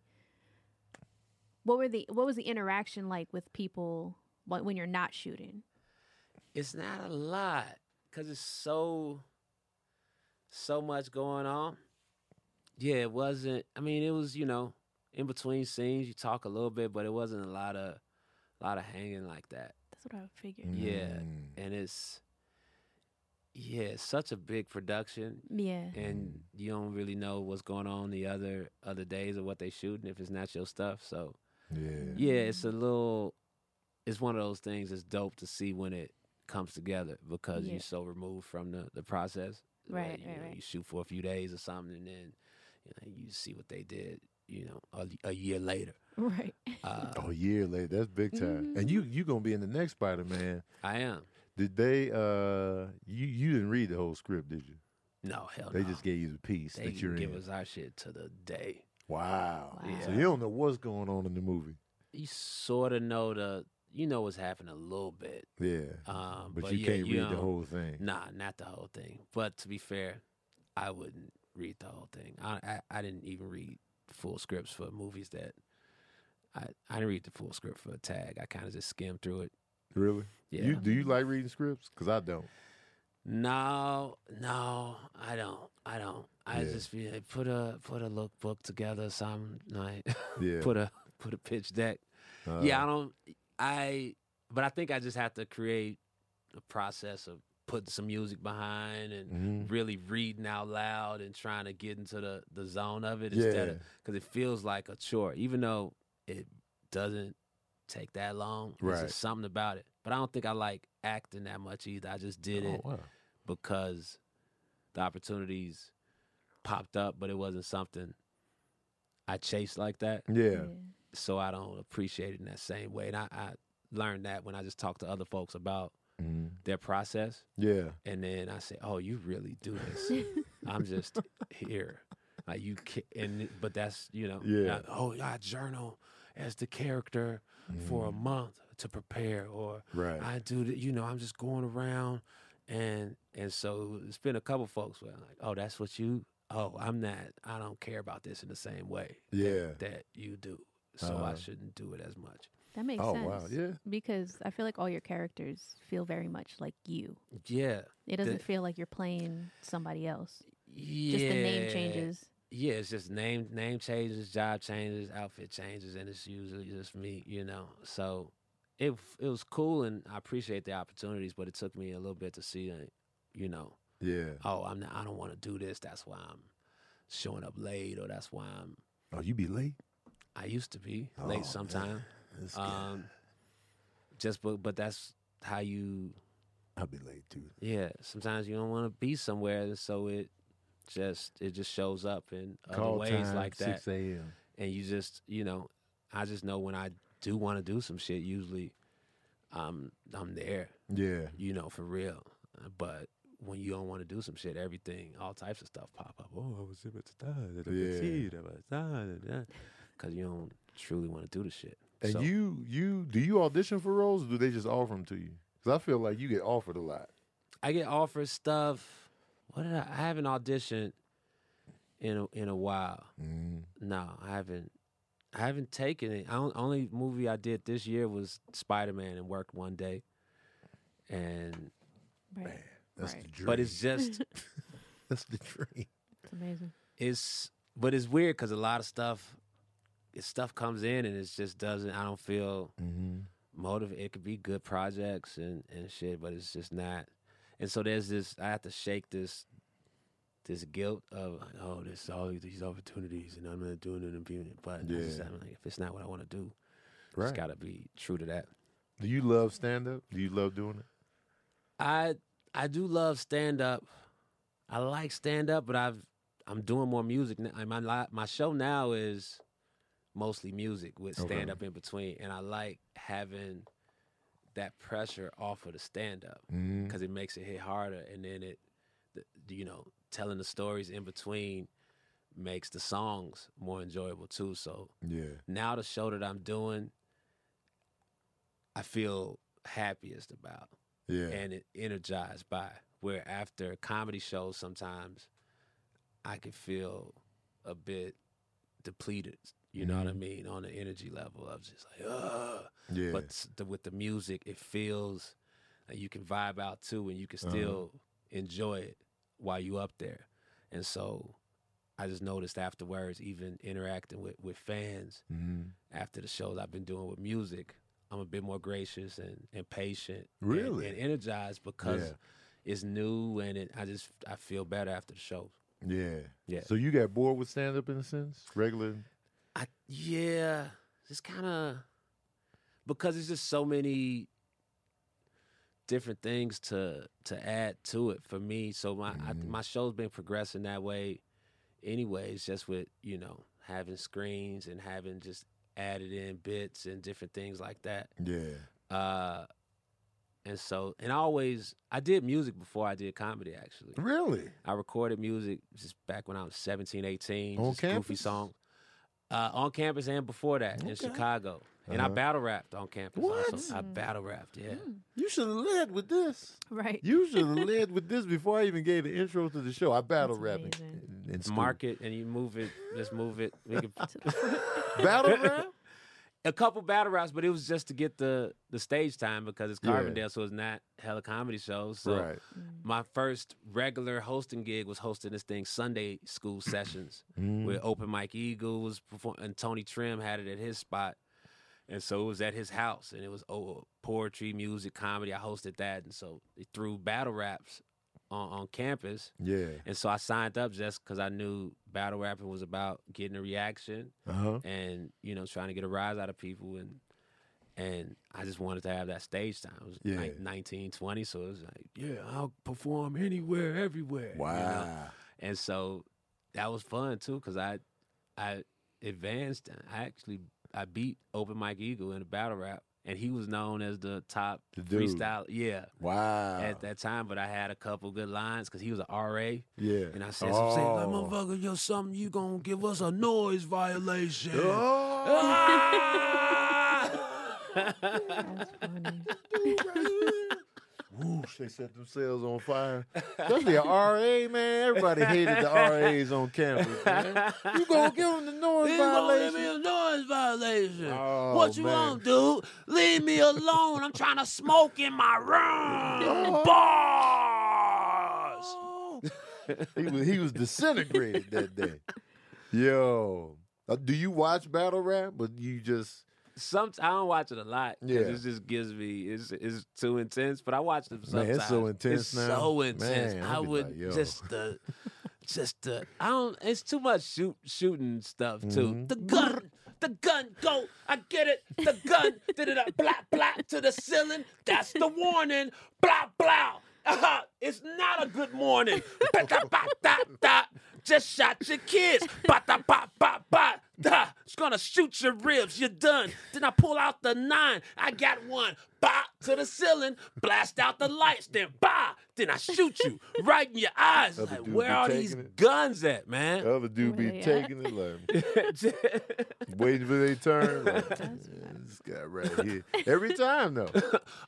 what were the what was the interaction like with people wh- when you're not shooting?
It's not a lot because it's so so much going on. Yeah, it wasn't. I mean, it was you know in between scenes you talk a little bit, but it wasn't a lot of a lot of hanging like that.
That's what I figured.
Yeah.
Mm.
And it's yeah, it's such a big production,
Yeah,
and you don't really know what's going on the other other days or what they shooting if it's not your stuff. So
Yeah.
yeah, it's a little. It's one of those things. It's dope to see when it comes together because
Yeah.
you're so removed from the the process. Like,
Right,
you,
right,
know,
right.
you shoot for a few days or something, and then you, know, you see what they did. You know, a, a year later.
right.
Uh,
Oh, year later. That's big time.
Mm-hmm.
Mhm.
And you you gonna be in the next Spider Man.
I am.
Did they uh you you didn't read the whole script, did you?
No hell.
They
Oh, no.
just gave you the piece
They
that you're
give
in.
us our shit to the day.
Wow.
Wow.
So you don't know what's going on in the movie.
You sort of know the. You know what's happening a little bit.
Yeah.
Um,
but, you
yeah,
can't read the
don't-
whole thing.
Nah, not the whole thing. But to be fair, I wouldn't read the whole thing. I I, I didn't even read full scripts for movies that I I didn't read the full script for a tag. I kind of just skimmed through it.
Really?
Yeah.
You do you like reading scripts? Because I don't.
no, no, I don't. I don't. I
Yeah.
just be like, put a put a lookbook together some night.
Yeah.
put a put a pitch deck.
Uh,
yeah, I don't. I but I think I just have to create a process of putting some music behind and
mhm.
really reading out loud and trying to get into the, the zone of it instead of because it feels like a chore, even though it doesn't take that long. There's
Right.
just something about it. But I don't think I like acting that much either. I just did
Oh,
it
wow.
because the opportunities popped up, but it wasn't something I chased like that.
Yeah.
So I don't appreciate it in that same way. And I, I learned that when I just talked to other folks about
Mhm.
their process.
Yeah.
And then I say, "Oh, you really do this." I'm just here. Like you can, and but that's you know.
Yeah.
I- oh, I journal as the character for a
Mhm.
month to prepare, or
Right.
I do the, You know, I'm just going around, and and so it's been a couple folks where I'm like, oh, that's what you. Oh, I'm not. I don't care about this in the same way. that-
Yeah.
That, you do. So I
Uh-huh.
shouldn't do it as much.
that makes
oh
sense.
wow. Yeah.
Because I feel like all your characters feel very much like you.
Yeah.
It doesn't
The-
feel like you're playing somebody else.
Yeah.
Just the name changes.
yeah, it's just name name changes, job changes, outfit changes, and it's usually just me, you know. So it it was cool, and I appreciate the opportunities, but it took me a little bit to see, like, you know,
Yeah.
oh, I'm not, I don't want to do this. That's why I'm showing up late, or that's why I'm
Oh, you be late.
I used to be
Oh, man.
late sometime.
This guy.
Um, just but but that's how you
I'll be late too.
yeah. Sometimes you don't want to be somewhere, and so it just it just shows up in other ways like that.
Six a.m.
and you just you know i just know when i do want to do some shit usually i'm i'm there
Yeah.
you know for real Uh, but when you don't want to do some shit everything all types of stuff pop up oh i was able to die because you don't truly want to do the shit
And
So,
you you do you audition for roles? or Do they just offer them to you? Because I feel like you get offered a lot.
i get offered stuff what did i, I haven't auditioned in a, in a while
Mm.
No, I haven't. I haven't taken it. I don't, only movie I did this year was Spider Man and worked one day, and
Right.
Man, that's
Right.
the dream.
but it's just
that's the dream.
It's amazing.
it's but it's weird because a lot of stuff, it, stuff comes in and it just doesn't. I don't feel
Mm-hmm.
motive. It could be good projects and and shit, but it's just not. And so there's this. I have to shake this. This guilt of oh, there's all these opportunities and I'm not doing it and being it, but I just,
Yeah.
I'm like, if it's not what I want to do, it's
Right.
got to be true to that.
Do you love stand up? Do you love doing it?
I I do love stand up. I like stand up, but I've I'm doing more music. Now. And My li- my show now is mostly music with
Okay.
stand up in between, and I like having that pressure off of the stand up
Mm-hmm.
because it makes it hit harder, and then it the, you know telling the stories in between makes the songs more enjoyable too. So
Yeah.
now the show that I'm doing, I feel happiest about
Yeah.
and it energized by. Where after comedy shows, sometimes I can feel a bit depleted. You know what I
Mhm.
mean on the energy level of just like, Ugh.
yeah.
but s- the, with the music, it feels like you can vibe out too, and you can
Uh-huh.
still enjoy it while you up there. And so, I just noticed afterwards, even interacting with with fans,
mm-hmm.
after the shows I've been doing with music, I'm a bit more gracious and, and patient, and-
Really?
and, energized because
Yeah.
it's new and it, I just I feel better after the shows.
Yeah.
Yeah.
So you got bored with stand up in a sense? Regular?
I yeah, it's kind of because it's just so many different things to to add to it for me. So my I,
Mhm.
my show's been progressing that way, anyways. Just with you know having screens and having just added in bits and different things like that.
Yeah.
Uh, and so, and I always, I did music before I did comedy, actually.
Really?
I recorded music just back when I was 17, 18.
On
just Goofy
campus?
song. Uh, on campus and before that in
Okay.
Chicago. And I
Uh-huh.
battle rapped on campus.
What?
Also. I
Mm.
battle rapped, yeah.
Mm,
You should have led with this.
right.
You should have led with this before I even gave the intro to the show. I battle
That's
rapping.
amazing.
In school.
Mark it and you move it. Just move it. We could,
Battle rap?
a couple battle raps, but it was just to get the the stage time because it's
Yeah.
Carbondale, so it's not hella comedy shows. So
Right.
Mm.
my first regular hosting gig was hosting this thing Sunday school sessions
Mm.
where Open Mike Eagle was performing and Tony Trim had it at his spot. And so it was at his house and it was oh, poetry, music, comedy. I hosted that and so it threw battle raps on, on campus.
Yeah.
And so I signed up just because I knew battle rapping was about getting a reaction
Uh huh.
and, you know, trying to get a rise out of people and and I just wanted to have that stage time. I was
Yeah.
like 19, 20, so it was like, yeah, I'll perform anywhere, everywhere. you know?
Wow.
And so that was fun too, because I I advanced. I actually I beat Open Mike Eagle in a battle rap, and he was known as the top
The dude. Ah.
freestyle. Yeah,
Wow.
at that time. But I had a couple good lines because he was an RA,
yeah.
and I said some shit like,
Oh.
"Motherfucker, you're something. You gonna give us a noise violation."
Oh.
Ah!
Mm, That's funny.
Whoosh, they set themselves on fire. Especially a RA, man. Everybody hated the RAs on campus, man. You gonna give them the noise
You gonna give me
violation?
a noise violation.
Oh,
what you
man.
want, dude? Leave me alone. I'm trying to smoke in my room.
Oh.
Bars.
He was he was disintegrated that day. Yo, Uh, do you watch battle rap? But you just
Some I don't watch it a lot. 'cause
Yeah.
it just gives me it's it's too intense. But I watch them
Man,
sometimes.
it's so intense
It's
now.
so intense.
Man,
I
I'll be
would
like, yo.
just the just the I don't. It's too much shoot shooting stuff too.
Mhm.
The gun. The gun, go! I get it. The gun, da da da, blah blah to the ceiling. That's the warning. Blah blah. Uh-huh. It's not a good morning. Ba da ba da da. Just shot your kids. Ba da ba ba ba da. It's gonna shoot your ribs. You're done. Then I pull out the nine. I got one. Ba to the ceiling. Blast out the lights. Then ba. Then I shoot you right in your eyes.
Other
Like,
dude
where
be
are these
taking it.
guns at, man?
other dude be
Where they at?
taking it like waiting for their turn. like,
That's
this guy right here every time though.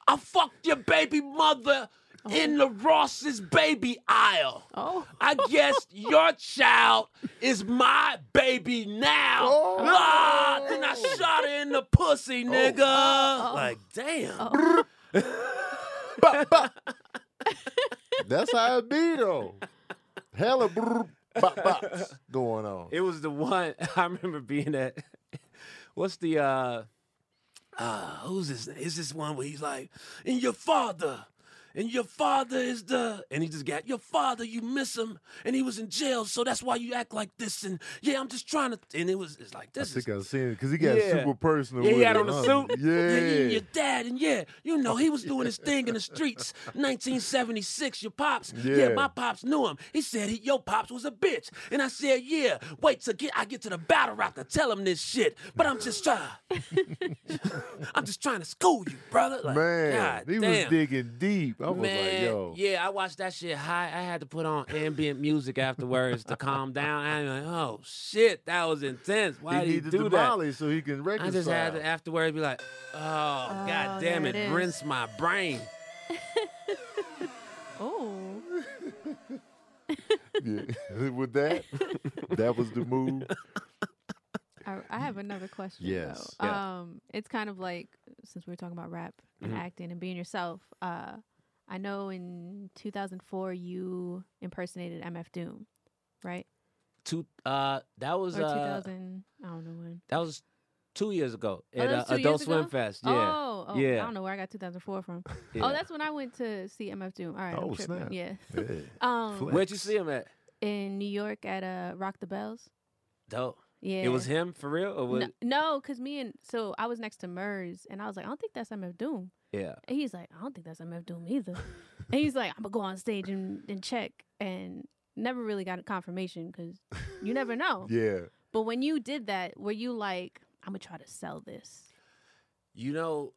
I fucked your baby mother in the Ross's baby aisle.
Oh,
I guess your child is my baby now.
Oh.
Ah, then I shot her in the pussy, nigga. Like, damn.
Oh.
That's how it be though. Hella brrr. bop bops going on.
It was the one I remember being at. What's the uh uh who's this? Is this one where he's like, and your father, and your father is the, and he just got your father. You miss him, and he was in jail, so that's why you act like this. And yeah, I'm just trying to. And it was it's like
I
this is
think I've seen it because he got
Yeah.
super personal.
yeah, he
with
had
it,
on a
huh?
suit.
Yeah.
yeah, your dad, and yeah, you know, he was doing his thing in the streets. 1976, your pops. Yeah.
Yeah.
my pops knew him. He said he, your pops was a bitch, and I said, yeah. Wait till get I get to the battle rock to tell him this shit. But I'm just trying. I'm just trying to school you, brother. Like,
Man,
God
he was
damn.
digging deep. I was
Man,
like, yo.
yeah, I watched that shit high. I had to put on ambient music afterwards to calm down. I'm like, oh shit, that was intense.
he
Why did he
needed
do
the
that?
Molly so he can
I
reconcile.
just had to afterwards be like, oh, god damn
there
it,
it is.
rinse my brain.
Oh,
Yeah. With that, that was the move.
I, I have another question.
Yes.
though.
Yeah.
Um, it's kind of like since we were talking about rap and
Mhm.
acting and being yourself. Uh, I know in 2004 you impersonated MF Doom, right?
Two uh that was
Or
uh
2000? I don't know when.
that was two years ago
Oh,
at
that
uh,
was two
Adult
years
Swim
ago?
Fest. Yeah.
Oh, oh,
yeah.
I don't know where I got 2004 from.
yeah.
Oh, that's when I went to see MF Doom. All right. I'm
Oh,
tripping.
snap.
Yeah.
Yeah.
Um,
Flex.
Where'd you see him at?
in New York at uh, Rock the Bells.
Dope.
Yeah.
It was him for real? Or was
No- No, because me and so I was next to Murs, and I was like, I don't think that's MF Doom.
Yeah.
And he's like, I don't think that's MF Doom either. and he's like, I'm gonna go on stage and, and check, and never really got a confirmation because you never
Oh.
know.
Yeah.
But when you did that, were you like, I'm gonna try to sell this?
You know,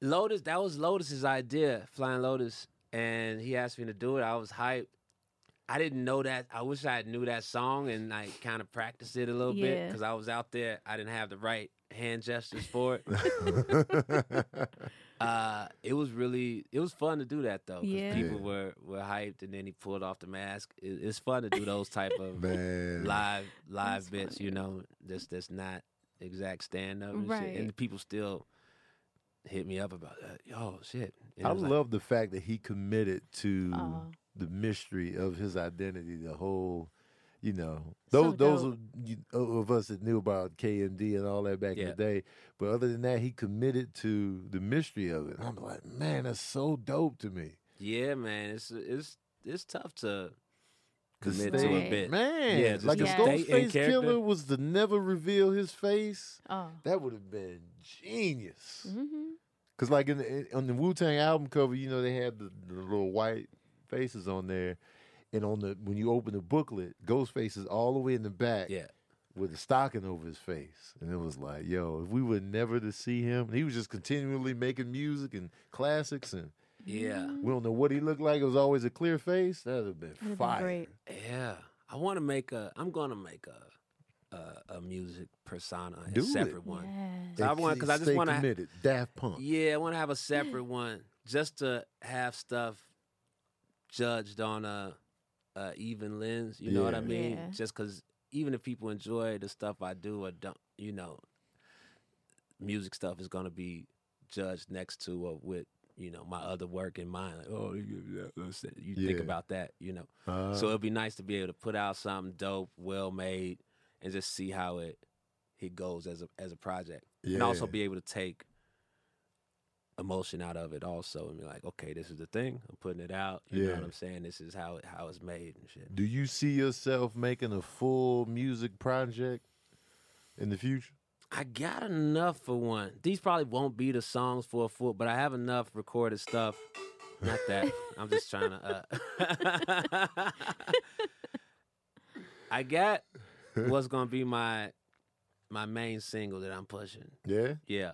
Lotus, that was Lotus's idea, Flying Lotus. And he asked me to do it. I was hyped. I didn't know that. I wish I knew that song and like kind of practiced it a little bit 'cause bit
Yeah.
because I was out there. I didn't have the right hand gestures for it. Uh, it was really it was fun to do that though. 'cause
Yeah.
people
Yeah.
were were hyped, and then he pulled off the mask. It, it's fun to do those type of
Man.
live live
That's
bits,
funny.
you know. That's that's not exact stand up,
Right.
Shit. And people still hit me up about that. Oh shit! And
I
it was like,
love the fact that he committed to
Uh,
the mystery of his identity, the whole, you know,
So
those those
dope.
of, you, of us that knew about KMD and all that back in
Yeah.
the day. But other than that, he committed to the mystery of it. And I'm like, man, that's so dope to me.
yeah, man. It's it's it's tough to
To
commit to
stay-
a bit.
Man,
Yeah, just
like
to
if
stay
in
Ghostface
character.
Killer was to never reveal his face,
oh.
that would have been genius.
Mm-hmm.
Cause like in the, in- on the Wu Tang album cover, you know they had the, the little white faces on there, and on the when you open the booklet, Ghostface is all the way in the back
Yeah,
with a stocking over his face, and it was like, yo, if we were never to see him, and he was just continually making music and classics, and
yeah.
we don't know what he looked like. It was always a clear face. That'd have been
been
fire.
great.
Yeah, I want to make a. I'm gonna make a a, a music persona,
Do
a
it.
separate one.
Yes.
So I want- 'cause I just
Stay
wanna-
committed. Daft Punk.
Yeah, I want to have a separate one just to have stuff judged on a, a even lens. You know what I
Yeah.
mean?
Yeah.
Just because even if people enjoy the stuff I do or don't, you know, music stuff is gonna be judged next to or with you know my other work in mind. Like, oh, you you think
Yeah.
about that, you know.
Uh,
So it'd be nice to be able to put out something dope, well made, and just see how it it goes as a as a project, and also
yeah.
be able to take emotion out of it also, and be like, okay, this is the thing. I'm putting it out. You know
Yeah.
what I'm saying? This is how it how it's made and shit.
Do you see yourself making a full music project in the future?
I got enough for one. These probably won't be the songs for a full, but I have enough recorded stuff. Not that. I'm just trying to. Uh... I got what's gonna be my my main single that I'm pushing.
Yeah.
Yeah,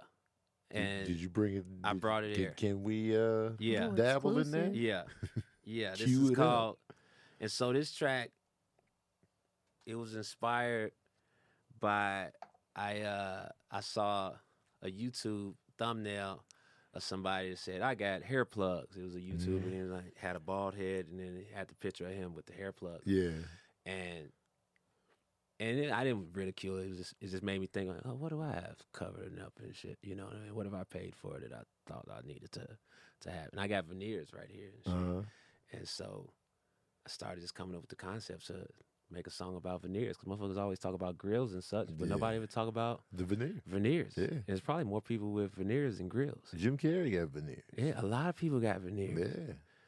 Did-
and
did, you bring it?
I
did-
brought it
can,
here.
Can we uh,
Yeah.
Ooh,
dabble in
exclusive.
that?
yeah, yeah. This
Cue
is
it up.
called. And so this track, it was inspired by I uh I saw a YouTube thumbnail of somebody that said I got hair plugs. It was a
Mm.
YouTuber and he was like, had a bald head and then it had the picture of him with the hair plugs
Yeah.
and and it, I didn't ridicule it. It, was just, it just made me think, like, oh, what do I have covering up and shit? You know what I mean? What have I paid for that I thought I needed to to have? And I got veneers right here, and, shit.
Uh-huh.
and so I started just coming up with the concepts of make a song about veneers because motherfuckers always talk about grills and such, but
Yeah.
nobody ever talk about
The veneer.
veneers.
Yeah.
And There's probably more people with veneers than grills.
Jim Carrey got veneer.
Yeah, a lot of people got veneers.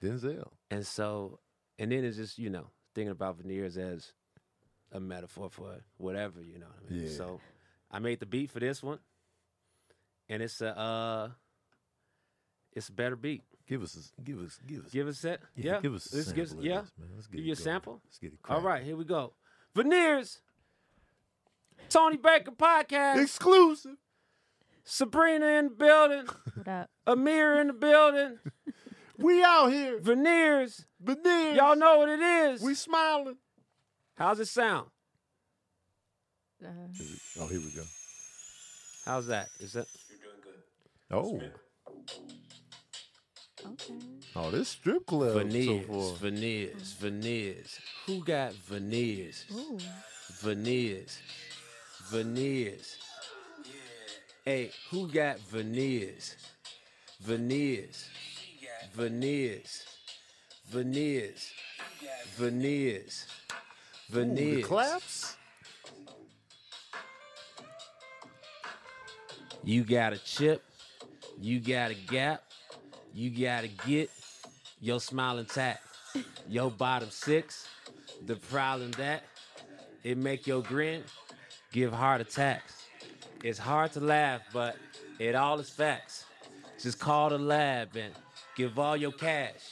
Yeah. Denzel.
And so, and then it's just, you know, thinking about veneers as a metaphor for whatever, you know what I mean?
Yeah.
So I made the beat for this one. And it's a uh it's a better beat.
Give us, a, give us, give us.
Give us that.
yeah, give us. A
Let's give-
sample of
yeah.
this, man. Let's get
Give
it
you a
going.
sample?
Let's get it.
All
cracking.
right, here we go. Veneers. Tony Baker podcast.
Exclusive.
Sabrina in the building.
What up?
Amir in the building.
We out here.
Veneers.
Veneer.
Y'all know what it is.
We smiling.
How's it sound?
Uh,
Oh, here we go.
How's that? Is that
Oh,
okay.
oh, this strip club
veneers,
so far.
veneers, veneers. Who got veneers?
Ooh.
Veneers, veneers. Hey, who got veneers? Veneers, veneers, veneers, veneers,
Ooh, the
veneers.
claps.
You got a chip, you got a gap, you got to get your smiling tack, your bottom six. The problem that it make your grin give heart attacks. It's hard to laugh, but it all is facts. Just call the lab and give all your cash.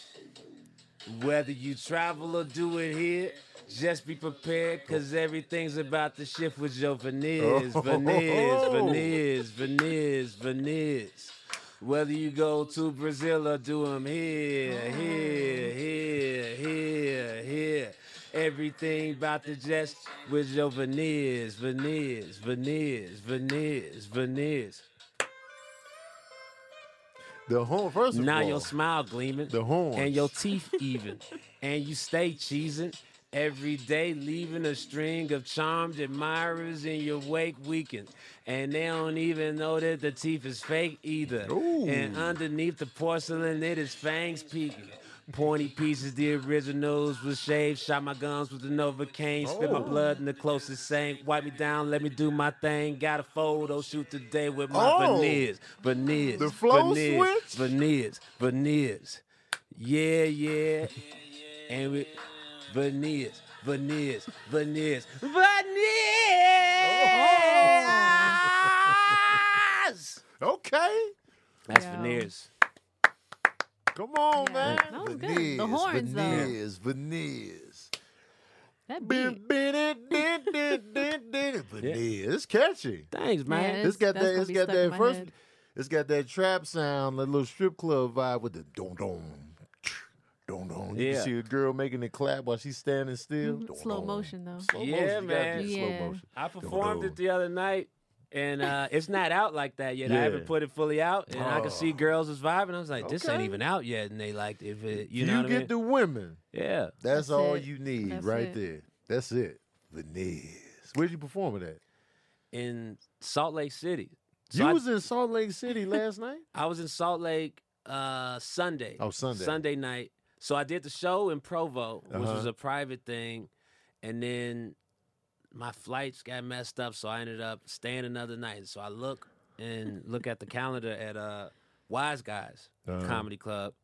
Whether you travel or do it here, just be prepared, cause everything's about to shift with your veneers, veneers, veneers, veneers, veneers. Whether you go to Brazil or do 'em here, here, here, here, here. Everything about the jest with your veneers, veneers, veneers, veneers, veneers.
The horn. First of
Now
all,
your smile gleaming,
the horns.
and your teeth even, and you stay cheesing every day, leaving a string of charmed admirers in your wake weekend, and they don't even know that the teeth is fake either.
Ooh.
And underneath the porcelain, it is fangs peeking. Pointy pieces, the originals was shaved. Shot my guns with the Novocaine. Spit my
Oh.
blood in the closest sink. Wipe me down, let me do my thing. Got a photo shoot today with my
Oh.
veneers. Veneers.
The flow
veneers,
switch?
Veneers. Veneers. Yeah, yeah. And we veneers, veneers, veneers, veneers.
okay.
That's
Yeah.
veneers.
Come on,
Yeah,
man.
that was good. The horns, though.
veneers, veneers,
That beat.
Bin- bin- it, din- din- din- din- veneers. It's catchy.
Thanks, man.
Yeah,
It's got
That's
that.
gonna
It's
be
got
stuck in
that
my
first.
head.
It's got that trap sound, that little strip club vibe with the dong dong, dong dong. You
Yeah.
can see a girl making the clap while she's standing still.
Mhm.
Dong,
Slow
dong.
motion, though.
Slow
Yeah,
motion. You gotta
man.
do Slow
Yeah.
motion.
I performed
know.
it the other night, and uh, it's not out like that yet. I
Yeah.
haven't put it fully out, and I
Oh.
could see girls was vibing. I was like, "This ain't
Okay.
even out yet," and they liked it. If it you
You,
know what
get
I mean?
the women.
yeah,
That's,
That's
all
it.
you need
That's
right
it.
there. That's it. Veneers. Where'd you perform it at?
in Salt Lake City. So
you
I,
was in Salt Lake City last night.
I was in Salt Lake uh, Sunday.
Oh, Sunday.
night. So I did the show in Provo, which
Uh-huh.
was a private thing, and then my flights got messed up, so I ended up staying another night. So I look and look at the calendar at uh, Wise Guys
Uh-huh.
Comedy Club,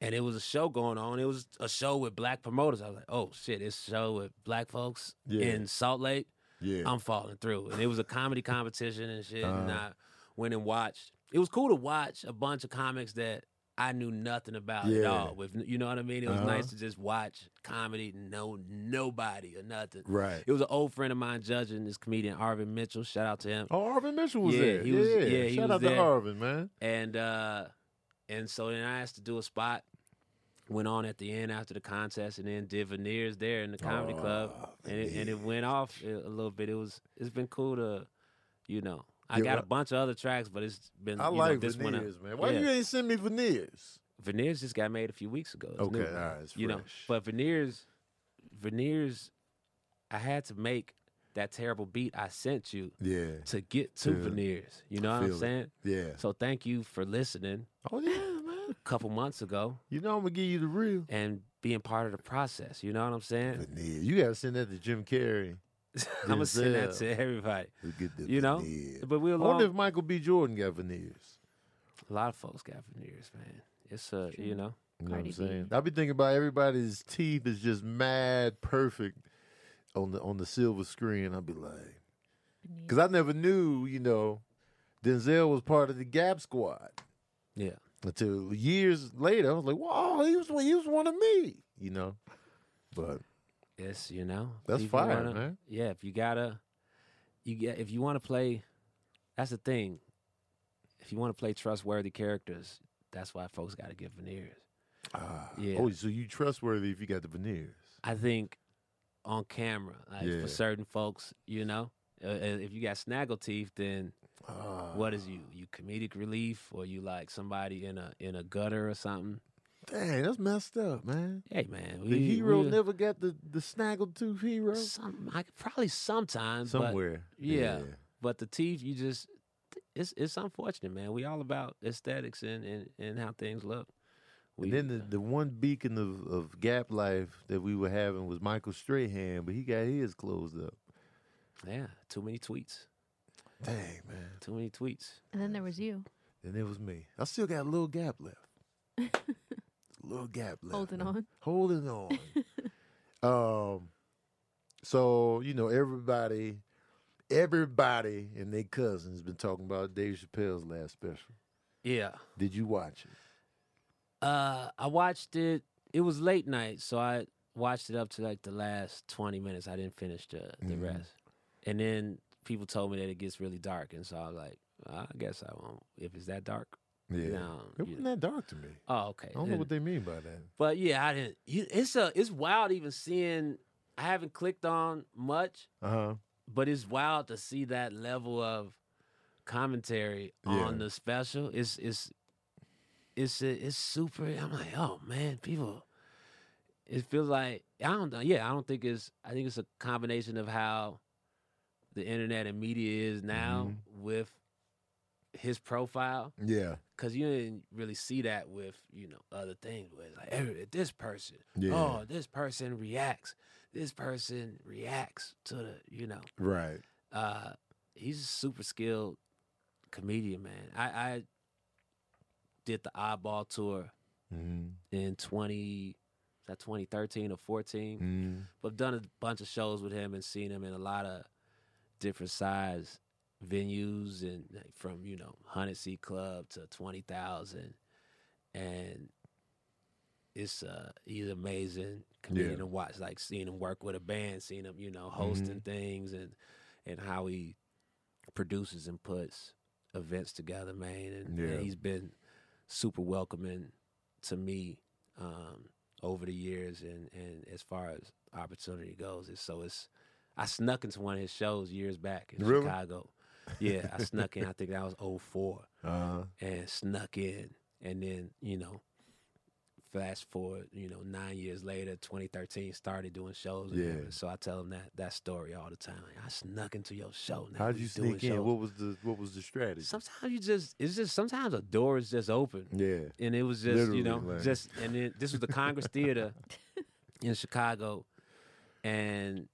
and it was a show going on. It was a show with black promoters. I was like, "Oh shit, it's a show with black folks
Yeah.
in Salt Lake."
Yeah.
I'm falling through. And it was a comedy competition and shit. And
Uh-huh.
I went and watched. It was cool to watch a bunch of comics that I knew nothing about at
Yeah.
all. With you know what I mean? It was
Uh-huh.
nice to just watch comedy, no nobody or nothing.
right.
It was an old friend of mine judging this comedian Arvin Mitchell. Shout out to him.
Oh, Arvin Mitchell was
Yeah,
there.
he was-
yeah.
yeah, he
Shout
was
out to
there.
Arvin, man.
And uh and so then I asked to do a spot. Went on at the end after the contest and then did veneers there in the comedy club.
Oh,
and it, and it
veneers.
went off a a little bit. It was it's been cool to, you know, I
Yeah,
got a
right.
bunch of other tracks, but it's been
I
you know,
like
this one.
veneers, man. Why
yeah.
you ain't send me veneers?
veneers just got made a few weeks ago. It's
Okay,
new,
all right, it's
you know,
fresh.
but veneers, veneers, I had to make that terrible beat I sent you
Yeah.
to get to
Yeah.
veneers. You know what
Feel
I'm
it.
saying?
Yeah.
So thank you for listening
Oh yeah, man.
a couple months ago
You know I'm gonna give you the real.
and being part of the process. You know what I'm saying?
Veneer. You gotta send that to Jim Carrey.
I'm gonna send that
Denzel.
to everybody.
Who get the
You know?
veneer.
But we're
I
long,
wonder if Michael B. Jordan got veneers.
a lot of folks got veneers, man. It's uh,
True.
You
you know,
know what I'm
Cardi B.
saying? I be thinking about everybody's teeth is just mad perfect on the on the silver screen. I'd be like, because I never knew, you know, Denzel was part of the Gap Squad
yeah.
until years later. I was like, "Wow, he was he was one of me," you know. But
Yes, you know. if
That's
you
fire,
wanna-
man.
Yeah, if you gotta, you get if you want to play, that's the thing. If you want to play trustworthy characters, that's why folks got to get veneers.
ah,
Yeah.
oh, so you trustworthy if you got the veneers?
I think on camera, like
Yeah.
for certain folks, you know, uh, uh, if you got snaggle teeth, then
Ah,
what is you? You comedic relief, or you like somebody in a in a gutter or something?
Dang, that's messed up, man.
Hey man,
The
we,
hero
we- uh,
never got the the snaggle tooth hero
Some, I, probably sometimes, but-
somewhere.
yeah. But the teeth, you just it's it's unfortunate, man. We all about aesthetics and and, and how things look. We
And then the, the one beacon of, of gap life that we were having was Michael Strahan, but he got his closed up.
yeah, too many tweets,
Dang, man.
too many tweets.
And then there was you
And it was me. I still got a little gap left. little gap left.
holding
man.
on.
Holding on. um so, you know, everybody everybody and their cousins been talking about Dave Chappelle's last special.
Yeah,
Did you watch it?
uh, I watched it. It was late night, so I watched it up to like the last twenty minutes. I didn't finish the the
Mhm.
rest, and then people told me that it gets really dark, and so I was like, I guess I won't if it's that dark. No,
It
you-
wasn't that dark to me.
oh, okay.
I don't know
Then-
what they mean by that.
But yeah, I didn't. you- It's a it's wild even seeing. I haven't clicked on much,
Uh-huh.
but it's wild to see that level of commentary on
Yeah.
the special. It's it's it's it's super. I'm like, oh man, people. It feels like I don't know. Yeah, I don't think it's. I think it's a combination of how the internet and media is now with his profile
Yeah.
because you didn't really see that with you know other things where it's like "Every- this person
Yeah.
oh this person reacts this person reacts to the you know
Right.
uh he's a super skilled comedian man i i did the eyeball tour
Mm-hmm.
in 20 is that 2013 or 14
Mm-hmm.
but I've done a bunch of shows with him and seen him in a lot of different size venues and like, from you know hundred seat club to twenty thousand, and it's uh he's amazing comedian
Yeah. Mm-hmm.
to watch. Like seeing him work with a band, seeing him you know hosting things and and how he produces and puts events together, man. And, and
Yeah.
he's been super welcoming to me um, over the years, and, and as far as opportunity goes, it's, so it's I snuck into one of his shows years back in
Really?
Chicago. Yeah, I snuck in. I think that was 04
Uh-huh.
and snuck in, and then you know, fast forward, you know, nine years later, 2013, started doing shows. With him.
Yeah.
And so I tell him that that story all the time. Like, I snuck into your show. Now
How'd
we
you
doing
sneak in?
shows."
What was the what was the strategy?
Sometimes you just it's just sometimes a door is just open
yeah.
and it was just
Literally,
you know
like-
just and then this was the Congress Theater in Chicago, and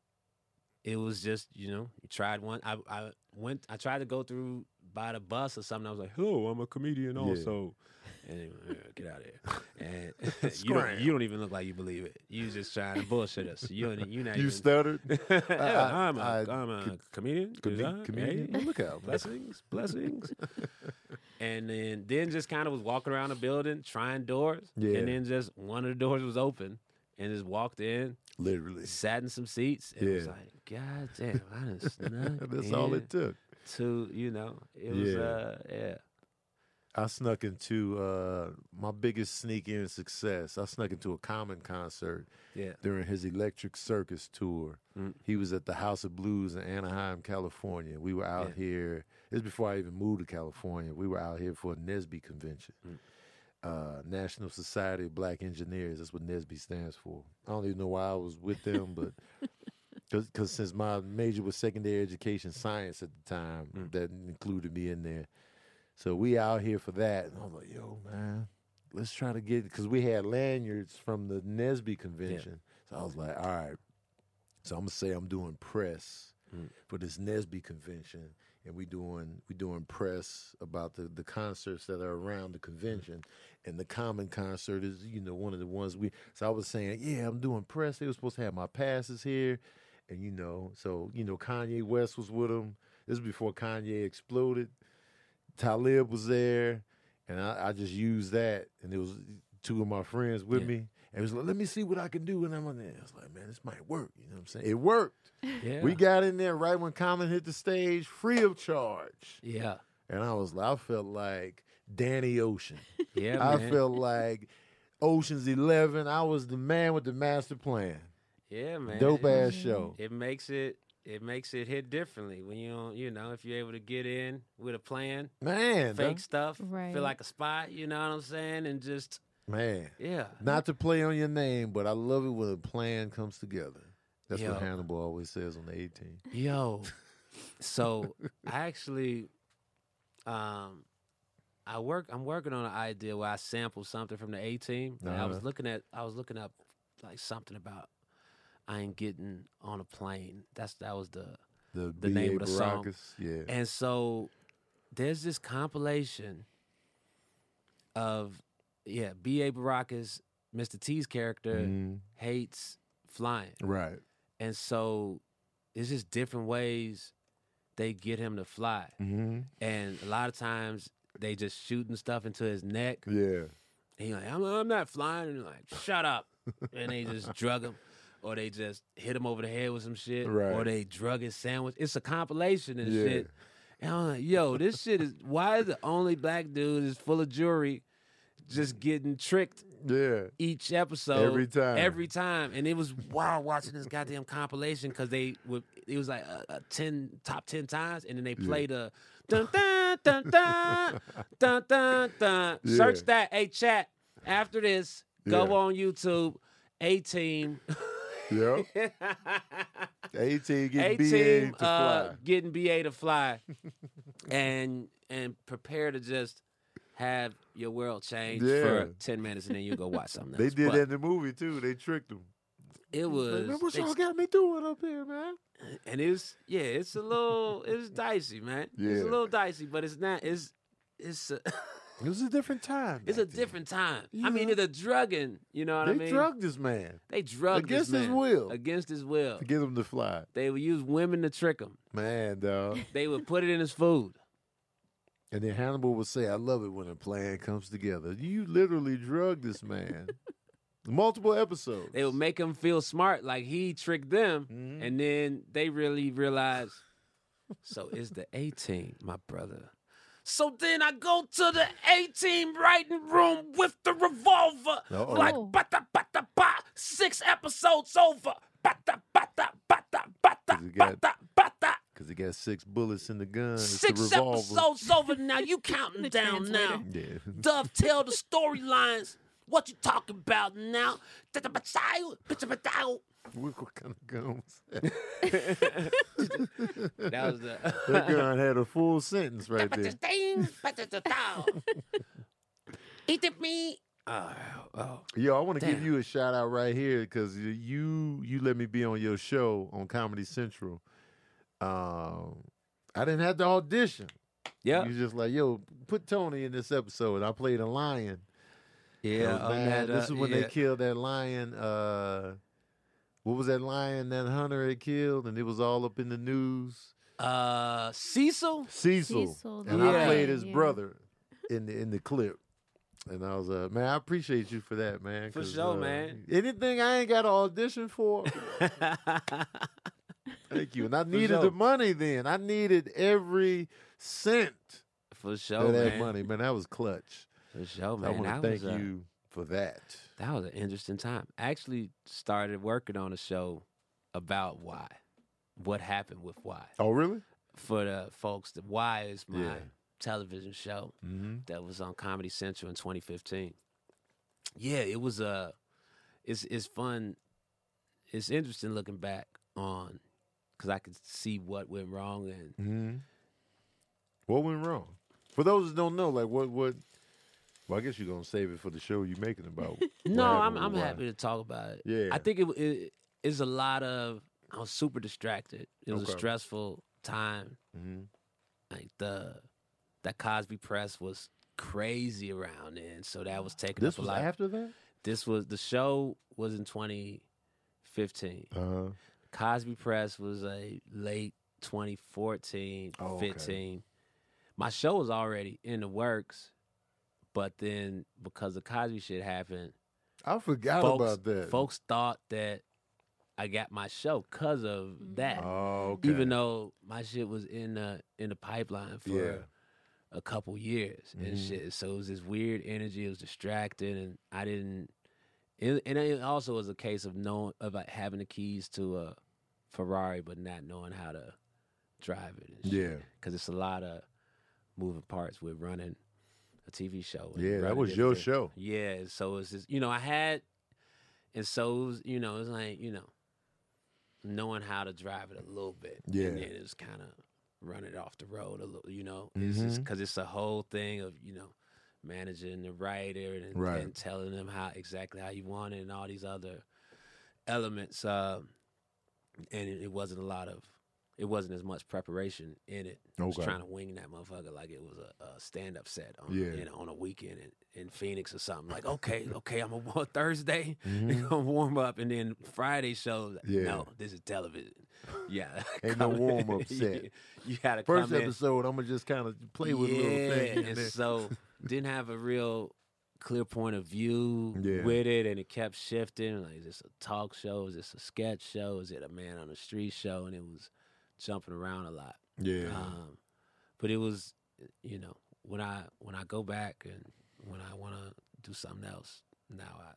it was just you know you tried one. I I went I tried to go through by the bus or something. I was like, oh, I'm a comedian
Yeah.
also. And they were, "Yeah, get out of here. And you
Scram.
don't, you don't even look like you believe it. You just trying to bullshit us. You don't, you not
You
even.
stuttered.
yeah,
I-
I'm a
I
am a
could-
comedian.
Could be
design, hey,
comedian. Well, Look out, man.
blessings, blessings. and then then just kind of was walking around the building trying doors.
Yeah.
And then just one of the doors was open and just walked in,
Literally.
sat in some seats, and was
Yeah.
like, God damn, I done snuck
That's all
in
it took.
to, you know, it was
Yeah.
uh yeah.
I snuck into uh, my biggest sneak in success. I snuck into a common concert
Yeah.
during his Electric Circus tour.
Mm.
He was at the House of Blues in Anaheim, California. We were out
Yeah.
here. This is before I even moved to California. We were out here for a Nesby convention.
Mm.
Uh, National Society of Black Engineers. That's what Nesby stands for. I don't even know why I was with them, but because since my major was secondary education science at the time,
Mm.
that included me in there. So we out here for that, and I was like, "Yo, man, let's try to get because we had lanyards from the Nesby convention. So I was like, all right. So I'm gonna say I'm doing press
Mm.
for this Nesby convention, and we doing we doing press about the the concerts that are around the convention,
Mm.
and the common concert is you know one of the ones we. So I was saying, yeah, I'm doing press. They were supposed to have my passes here, and you know, so you know, Kanye West was with them. This was before Kanye exploded. Talib was there, and I, I just used that, and it was two of my friends with
Yeah.
me. And it was like, let me see what I can do, and I'm on there. I was like, man, this might work. You know what I'm saying? It worked.
Yeah.
We got in there right when Common hit the stage, free of charge,
yeah.
and I was like, I felt like Danny Ocean.
Yeah.
I
man.
felt like Ocean's Eleven. I was the man with the master plan.
Yeah, man.
Dope
It-
ass show.
It makes it it makes it hit differently when you don't, you know, if you're able to get in with a plan,
Man,
fake
dog.
stuff,
Right.
feel like a spot, you know what I'm saying, and just
man.
yeah.
Not to play on your name, but I love it when a plan comes together. That's
Yo.
what Hannibal always says on the 18.
Yo. so I actually um I work I'm working on an idea where I sample something from the A team. and I was
Uh-huh.
looking at I was looking up like something about I ain't getting on a plane. That's that was the
The,
The name
B.A.
of the song.
Baracus, Yeah.
And so there's this compilation of yeah, B.A. Baracus, Mr. T's character
Mhm.
hates flying.
Right.
And so it's just different ways they get him to fly.
Mm-hmm.
And a lot of times they just shooting stuff into his neck.
Yeah.
And he's like, I'm, I'm not flying. And you're like, shut up. and they just drug him. Or they just hit him over the head with some shit. Or
Right.
they drug his sandwich. It's a compilation and
Yeah.
shit. And I'm like, yo, this shit is why is the only black dude is full of jewelry just getting tricked
Yeah.
each episode
Every time.
every time and it was wild watching this goddamn compilation because they would it was like a, a 10 top 10 times and then they played a dun dun dun dun dun dun dun
Yeah.
search that hey chat after this go
Yeah.
on youtube a team
Yep. 18
a
get B.A.
team
to
uh,
fly.
getting ba to fly and and prepare to just have your world change
Yeah.
for 10 minutes and then you go watch something
They
else.
did
But
that in the movie, too. They tricked them.
it was
Man, what
they
y'all got me doing up here, man?
and it's yeah, it's a little, it's dicey, man. It's a
Yeah.
little dicey, but it's not. It's it's a,
It was a different time.
it's a
back then.
different time. I
Yeah.
mean, it's a drugging. You know what
They
I mean?
drugged this man
they drugged this
against his
man
will.
Against his will,
to get him to fly.
they would use women to trick him.
Man, dog.
They would put it in his food.
And then Hannibal would say, I love it when a plan comes together. You literally drugged this man. Multiple episodes.
They would make him feel smart, like he tricked them,
Mhm.
and then they really realize. So it's the A team, my brother. So then I go to the A team writing room with the revolver.
Uh-oh.
Like
Oh.
bata bata ba. Six episodes over. Bata bata bata bata
'Cause you got-
bata bata.
Because he got six bullets in the gun. It's the
Six
revolver.
episodes over now. You counting
The
down now.
translator.
Yeah.
Dovetail the storylines. What you talking about now? That
What what kind of gun was that?
was the.
That gun had a full sentence right there.
Eat it me. Oh, oh.
Yo, I want to give
Damn.
you a shout out right here because you you let me be on your show on Comedy Central. Um, I didn't have to audition.
Yeah.
You was just like, yo, put Tony in this episode. I played a lion. I was mad. oh, this is
uh,
when they killed that lion. Uh, what was that lion that Hunter had killed? And it was all up in the news.
Uh, Cecil?
Cecil.
Cecil, the
and I
lion,
played his
yeah.
brother in the in the clip. And I was like, man, I appreciate you for that, man.
For
'cause,
sure,
uh,
man.
Anything I ain't got to audition for,
Uh,
thank you. And I needed
sure.
the money then. I needed every cent
For
of
sure,
that
man.
money, man. That was clutch.
For sure,
So I
man.
want
That
to thank
was, uh,
you for that.
That was an interesting time. I actually started working on a show about why, what happened with why.
Oh, really?
For the folks, the why is my
Yeah.
television show.
Mm-hmm.
that was on Comedy Central in 2015. Yeah, it was Uh, it's it's fun. It's interesting looking back on because I could see what went wrong and
Mm-hmm. What went wrong? For those who don't know, like what what Well, I guess you're gonna save it for the show you're making about.
No,
what
I'm
happened
I'm
with
happy to talk about it.
Yeah.
I think it, it is a lot of. I was super distracted. It was
Okay.
a stressful time.
Mhm.
Like the that Cosby press was crazy around then, so that was taking
This
up a
was
lot.
after that.
this was the show was in 2015.
Uh huh.
Cosby press was a late 2014,
Oh, okay.
15. My show was already in the works, but then because the Cosby shit happened,
I forgot
folks,
about that.
folks thought that I got my show because of that.
Oh, okay.
Even though my shit was in the in the pipeline for
Yeah.
a couple years and
Mhm.
shit, so it was this weird energy. It was distracting, and I didn't. It, and it also was a case of knowing of like, having the keys to a Ferrari, but not knowing how to drive it. And shit.
Yeah.
because it's a lot of moving parts with running a TV show. and
Yeah, that
running
was your
different-
show.
yeah, and so it's just you know I had, and so it was, you know it's like you know, knowing how to drive it a little bit.
Yeah.
and then it's kind of run it off the road a little. You know, it's just
Mhm.
because it's a whole thing of you know managing the writer and,
Right.
and telling them how exactly how you want it and all these other elements. Um, and it, it wasn't a lot of. It wasn't as much preparation in it. I was
Okay.
trying to wing that motherfucker like it was a, a stand up set on
Yeah.
you know on a weekend in, in Phoenix or something. Like, okay, okay, I'm gonna wa- Thursday,
Mhm.
gonna warm up, and then Friday shows.
Yeah.
No, this is television. Yeah,
Ain't no
come in.
warm-up set.
you, you gotta
First
come in.
episode, I'm gonna just kind of play with a little
Yeah,
thing. and
and
then-
so didn't have a real clear point of view
Yeah.
with it, and it kept shifting. Like, is this a talk show? Is this a sketch show? Is it a man on the street show? And it was jumping around a lot.
yeah,
Um, but it was, you know, when I when I go back and when I want to do something else, now I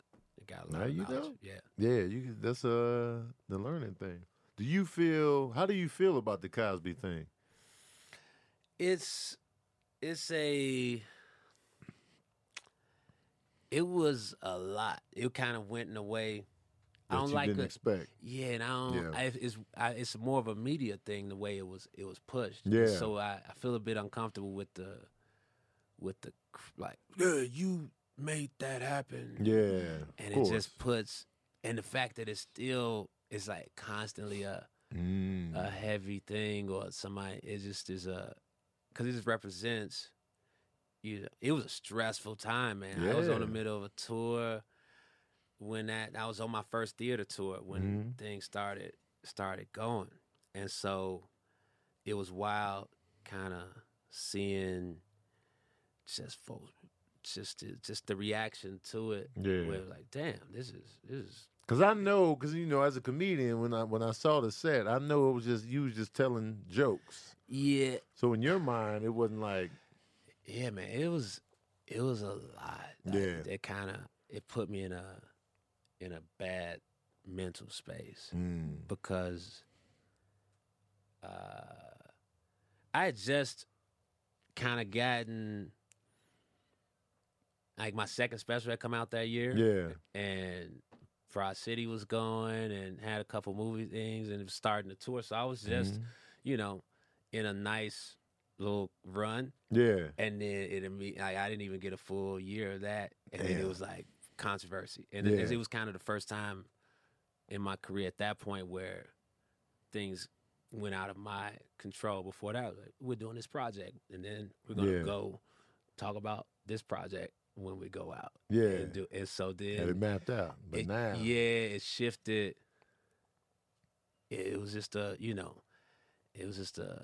got a lot
Now
of
you
knowledge.
know.
Yeah,
yeah. You that's uh the learning thing. Do you feel? How do you feel about the Cosby thing?
it's it's a it was a lot. It kind of went in a way.
That
I don't
you
like
didn't
it.
expect.
Yeah, and I don't.
Yeah.
I, it's I, it's more of a media thing the way it was it was pushed.
Yeah.
So I, I feel a bit uncomfortable with the with the cr- like yeah you made that happen.
Yeah,
and
of
it
course.
just puts and the fact that it's still it's like constantly a
Mm.
a heavy thing or somebody it just is a because it just represents you know, it was a stressful time man i was on the
Yeah.
middle of a tour when that i was on my first theater tour when
Mhm.
things started started going and so it was wild kind of seeing just folks just just the reaction to it
yeah.
where like, damn, this is this is
Cause I know, cause you know, as a comedian, when I when I saw the set, I know it was just you was just telling jokes.
yeah,
So in your mind, it wasn't like
yeah, man. It was it was a lot.
Yeah.
it kind of it put me in a in a bad mental space because uh, I had just kind of gotten like my second special had come out that year.
yeah,
and Broad City was going and had a couple movie things and it was starting to tour. So I was just,
Mhm.
you know, in a nice little run.
yeah,
And then it imme- like, I didn't even get a full year of that. And then
Damn.
it was like controversy. And
Yeah.
it, it was kind of the first time in my career at that point where things went out of my control before that. I was Like, we're doing this project and then we're going to
Yeah.
go talk about this project when we go out.
yeah.
And, do, and so then
Had it mapped out, but
it-
now,
yeah, it shifted. It, it was just a, you know, it was just a,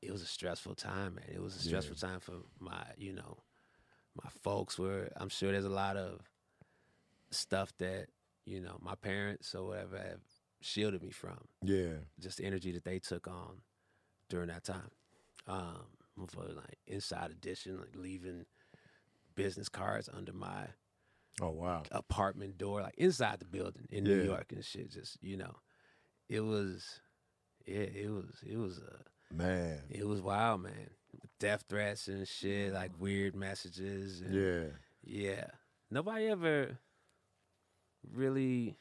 it was a stressful time, man. It was a
Yeah.
stressful time for my, you know, my folks were. I'm sure there's a lot of stuff that you know my parents or whatever have shielded me from.
yeah,
Just the energy that they took on during that time. Um, for like Inside Edition, like leaving business cards under my
Oh wow,
apartment door, like inside the building in
Yeah.
New York and shit. Just you know, it was, yeah, it was, it was a,
man,
it was wild, man. Death threats and shit, like weird messages. And
yeah.
yeah. Nobody ever really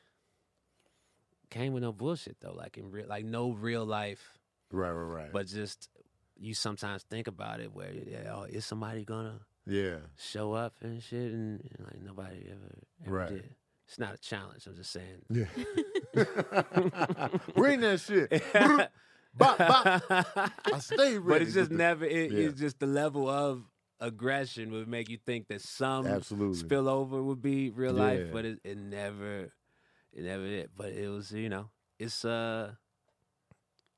came with no bullshit though, like in real, like no real life,
Right, right, right.
but just you sometimes think about it where yeah, oh, is somebody gonna
Yeah.
show up and shit, and, and, like nobody ever, ever
Right.
did. It's not a challenge. I'm just saying.
Yeah. Bring that shit. Bop, bop. I stay ready.
but it's
with
just
the-
never. It,
yeah.
It's just the level of aggression would make you think that some
Absolutely.
spillover would be real life,
Yeah.
but it, it never, it never did. But it was, you know, it's uh,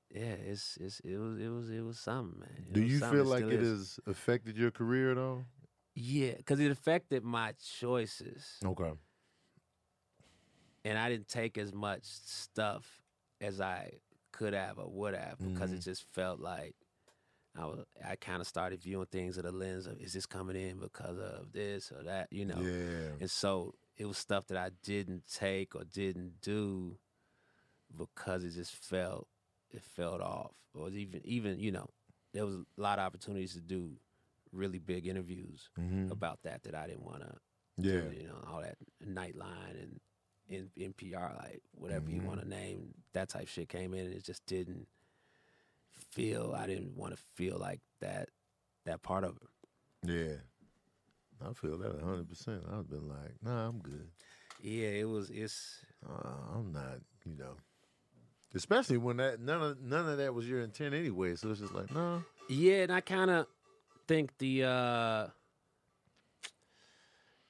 yeah, it's it's it was it was it was something, man. It
Do
was
you
something.
feel like
still
it
is.
has affected your career at all?
Yeah, because it affected my choices.
Okay.
and I didn't take as much stuff as I could have or would have because it just felt like I was, I kind of started viewing things with the lens of is this coming in because of this or that, you know.
Yeah.
And so it was stuff that I didn't take or didn't do because it just felt it felt off. Or was even even, you know, there was a lot of opportunities to do really big interviews
Mhm.
about that that I didn't want to
Yeah.
you know, all that Nightline and N- NPR, like whatever you
Mhm.
want to name, that type shit came in, and it just didn't feel. I didn't want to feel like that. That part of it.
Yeah. I feel that 100%. I've been like, nah, I'm good.
Yeah, it was. It's
Uh, I'm not, you know. Especially when that none of none of that was your intent anyway, so it's just like, no.
yeah, and I kind of think the. uh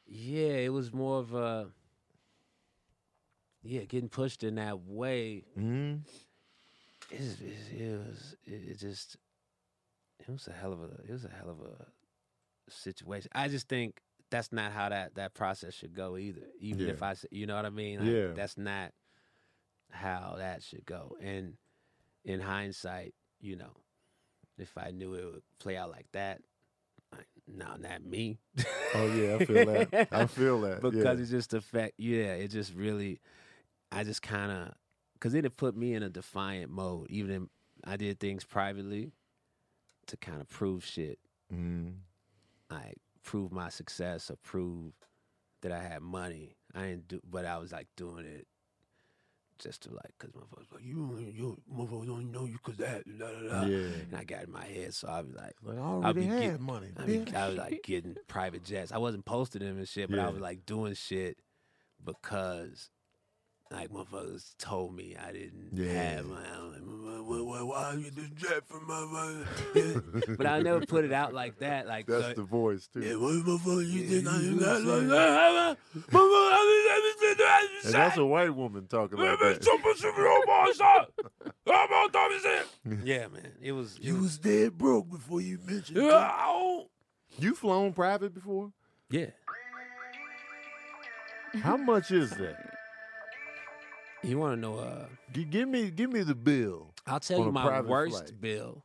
Yeah, it was more of a. Yeah, getting pushed in that way
Mm-hmm.
it's, it's, it was it, it just it was a hell of a it was a hell of a situation. I just think that's not how that that process should go either. Even
Yeah.
if I s- you know what I mean, Like,
Yeah.
that's not how that should go. And in hindsight, you know, if I knew it would play out like that, like, no, not me.
Oh yeah, I feel that. I feel that.
because
Uh, yeah.
it just affect yeah it just really i just kind of because it had put me in a defiant mode even in, i did things privately to kind of prove shit
mm
i prove my success or prove that i had money i didn't do but i was like doing it just to like because my folks like you only- you motherfuckers only know you because that da, da, da.
Yeah.
and i got in my head so i was like
Like I
be
already
get-
had money.
I, mean,
bitch.
I was like getting private jets. I wasn't posting them and shit, but
Yeah.
I was like doing shit because like motherfuckers told me I didn't
Yeah.
have my. I was like, "Why- Why, why, why you this jet from my? my-" but I never put it out like that. Like
That's
so-
the voice too.
yeah, what motherfucker you
Yeah,
think I
you-
am?
you
That's
saying-
what I have, uh, motherfucker, I just- I just- I just
and that's
shot.
a white woman talking like that.
Super, super, oh, my shot. Oh, my dog is in. Yeah, man. It was. It
you
was
was dead broke before you mentioned.
yeah,
that.
I don't-
You flown private before?
yeah.
How much is that?
You want to know? uh
G- give me, give me the bill.
I'll tell
on
you
a
my
private
worst
flight.
bill,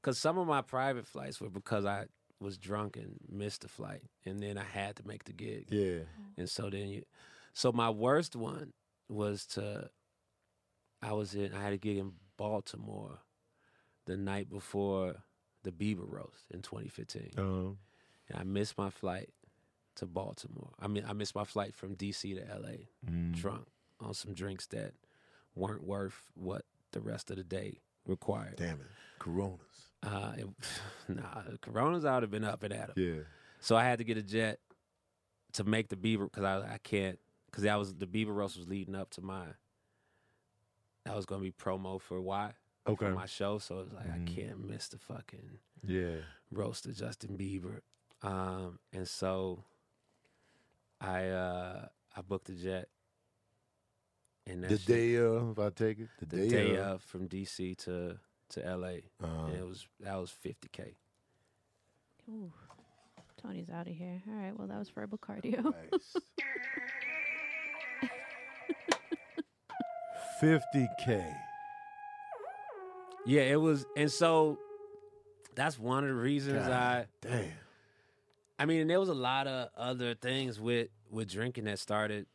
because some of my private flights were because I was drunk and missed the flight, and then I had to make the gig,
Yeah.
and so then you, so my worst one was to, I was in, I had a gig in Baltimore, the night before the Bieber roast in 2015,
Um.
and I missed my flight to Baltimore. I mean, I missed my flight from DC to LA
Mm-hmm.
drunk on some drinks that weren't worth what the rest of the day required.
Damn it, Coronas.
Uh, it, nah, Coronas I would have been up and at 'em.
Yeah.
So I had to get a jet to make the Beaver because I I can't because that was the Beaver roast was leading up to my that was gonna be promo for why
Okay.
for my show. So it was like
Mhm.
I can't miss the fucking
Yeah.
roast of Justin Bieber. Um, and so I uh I booked a jet and that
The
shit-
day of, I take it. The,
the day, of. from DC to to LA.
Uh,
and it was that was fifty K.
Ooh. Tony's out of here. All right. Well, that was verbal cardio.
Nice. 50K.
Yeah, it was and so that's one of the reasons
God
I
Damn.
I mean and there was a lot of other things with with drinking that started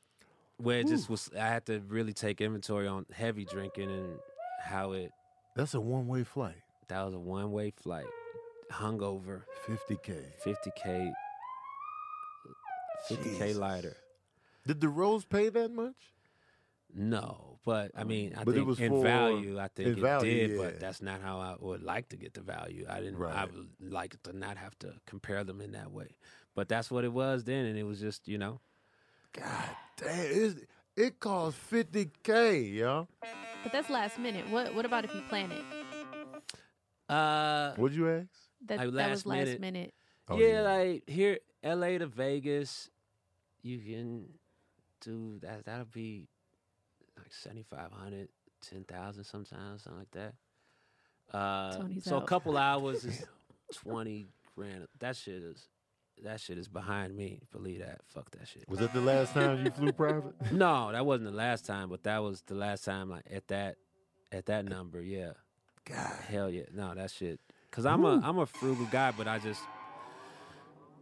where it just was I had to really take inventory on heavy drinking and how it
That's a one way flight.
that was a one way flight. Hungover,
50K.
fifty K fifty K
Jesus.
lighter.
Did the Rose pay that much?
No, but I mean, I
But it
think
was
in
for-
value, I think
in
it
value,
did,
yeah.
but that's not how I would like to get the value. I didn't. I
Right.
would like to not have to compare them in that way. But that's what it was then, and it was just you know.
God damn, it's, it cost fifty k, yo.
But that's last minute. What What about if you plan it?
Uh,
What'd you ask?
That,
Like
that
last
was last minute.
minute.
Oh,
yeah, like here, L.A. to Vegas, you can do that. That'll be like 7,500, 10,000 sometimes, something like that. Uh,
Tony's
so
out.
a couple hours is twenty grand. That shit is that shit is behind me. Believe that. Fuck that shit.
was that the last time you flew private?
No, that wasn't the last time, but that was the last time like at that at that number. Yeah,
God,
hell yeah. No, that shit. Cause I'm a I'm a frugal guy, but I just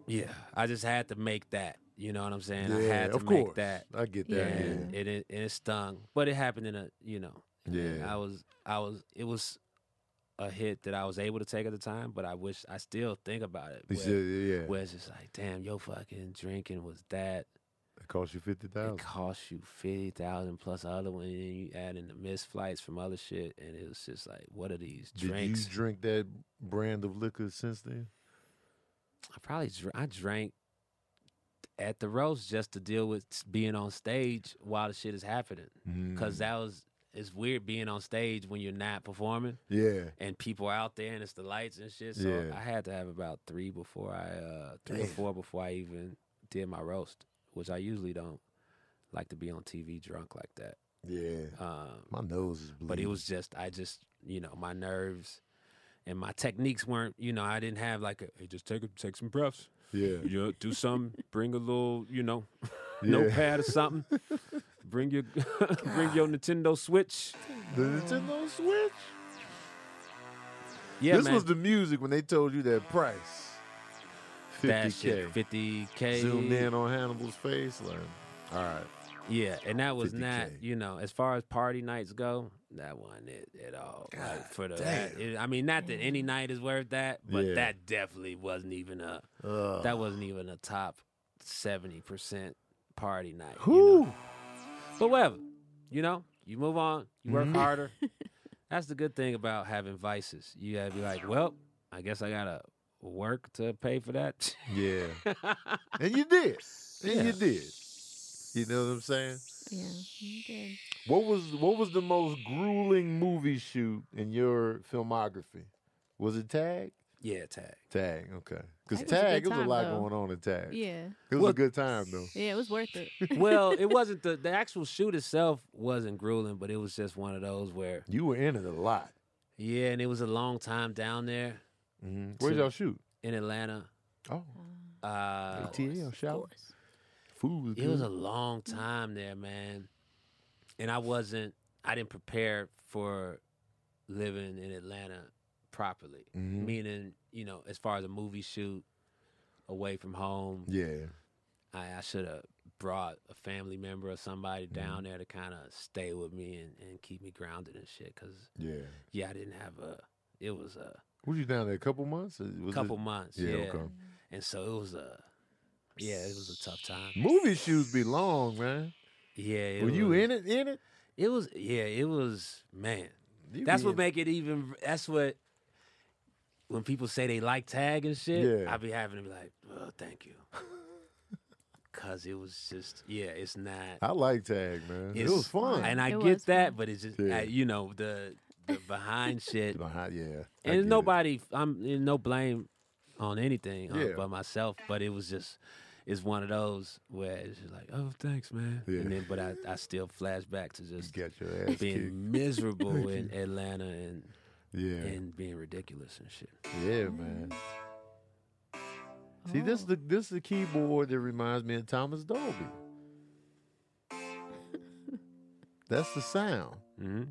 yeah, I just had to make that. You know what I'm saying? I had to
of
make
course.
that.
I get
Yeah,
that.
Yeah.
Yeah,
and it, it it stung, but it happened in a you know.
Yeah.
I was I was it was a hit that I was able to take at the time, but I wish I still think about it.
He
where-
said, yeah, yeah.
where it's just like, damn, your fucking drinking was that.
It cost you fifty
It
thousand.
cost you fifty thousand plus the other one, and then you add in the missed flights from other shit, and it was just like, what are these
Did
drinks?
you drink that brand of liquor since then?
I probably dr- I drank at the roast just to deal with s- being on stage while the shit is happening,
Mm.
because Mm. that was it's weird being on stage when you're not performing
yeah,
and people are out there and it's the lights and shit. So
Yeah.
I had to have about three before I uh three or
Damn.
four before I even did my roast, which I usually don't like to be on TV drunk like that.
yeah.
Um,
My nose is bleeding.
but it was just I just you know my nerves and my techniques weren't you know I didn't have like a hey, just take a, take some breaths
yeah,
you do some bring a little you know
yeah.
notepad or something bring your bring your Nintendo Switch
The Nintendo Switch.
yeah
this
man
was the music when they told you that price.
that
50K.
shit fifty k
Zoomed in on Hannibal's face, like, all right,
yeah and that was not
50K.
you know as far as party nights go that wasn't it at all
God
like, for the
damn. Mm.
it- I mean not that any night is worth that but
Yeah.
that definitely wasn't even a
uh,
that wasn't even a top 70% party night. you know?
whew.
But whatever. You know, you move on, you work
Mhm.
harder. That's the good thing about having vices. You gotta be like, well, I guess I gotta work to pay for that.
yeah. And you did, and
Yeah.
you did. You know what I'm saying?
Yeah, you did.
What was what was the most grueling movie shoot in your filmography? Was it Tag?
yeah, tag.
Tag, okay.
Tag was
Because
a good
Tag, it was a
time,
lot
though.
going on in Tag.
Yeah,
It was a
Well-
good time though.
yeah, it was worth it.
Well, it wasn't the the actual shoot itself wasn't grueling, but it was just one of those where
You were in it a lot.
yeah, and it was a long time down there
Mm-hmm. Where'd
So-
y'all shoot?
in Atlanta.
Oh,
Uh,
ATL shout. Food was
It was a
good.
long time there, man. And I wasn't I didn't prepare for living in Atlanta properly.
Mhm.
Meaning, you know, as far as a movie shoot away from home,
Yeah.
I, I should have brought a family member or somebody
Mm-hmm.
down there to kind of stay with me and, and keep me grounded and shit. Cause
Yeah.
yeah, I didn't have a. It was a
Was you down there a couple months? Or was it-
couple months.
Yeah,
Yeah.
okay.
And so it was a. Yeah, it was a tough time.
Movie shoots be long, man.
Yeah. It
were you
was-
in it? In it?
It was. Yeah. It was. Man.
You
That's
be
what
in-
make it even. That's what. When people say they like tag and shit,
Yeah.
I be having to be like, "Well, thank you," because it was just, yeah, it's not.
I like tag, man. It
It's-
was fun.
and I
It was
get that,
fun.
but it's just,
Yeah.
I, you know, the the behind shit,
Behind- yeah. I
and
get
nobody, I'm and no blame on anything uh,
Yeah.
but myself, but it was just. It's one of those where it's just like, oh, thanks, man.
Yeah.
And then, but I, I still flash back to
It. You
just
got your ass kicked.
being miserable in Atlanta and
Yeah.
and being ridiculous and shit.
yeah, man. See,
Oh.
this is the this is the keyboard that reminds me of Thomas Dolby. That's the sound.
Mm-hmm.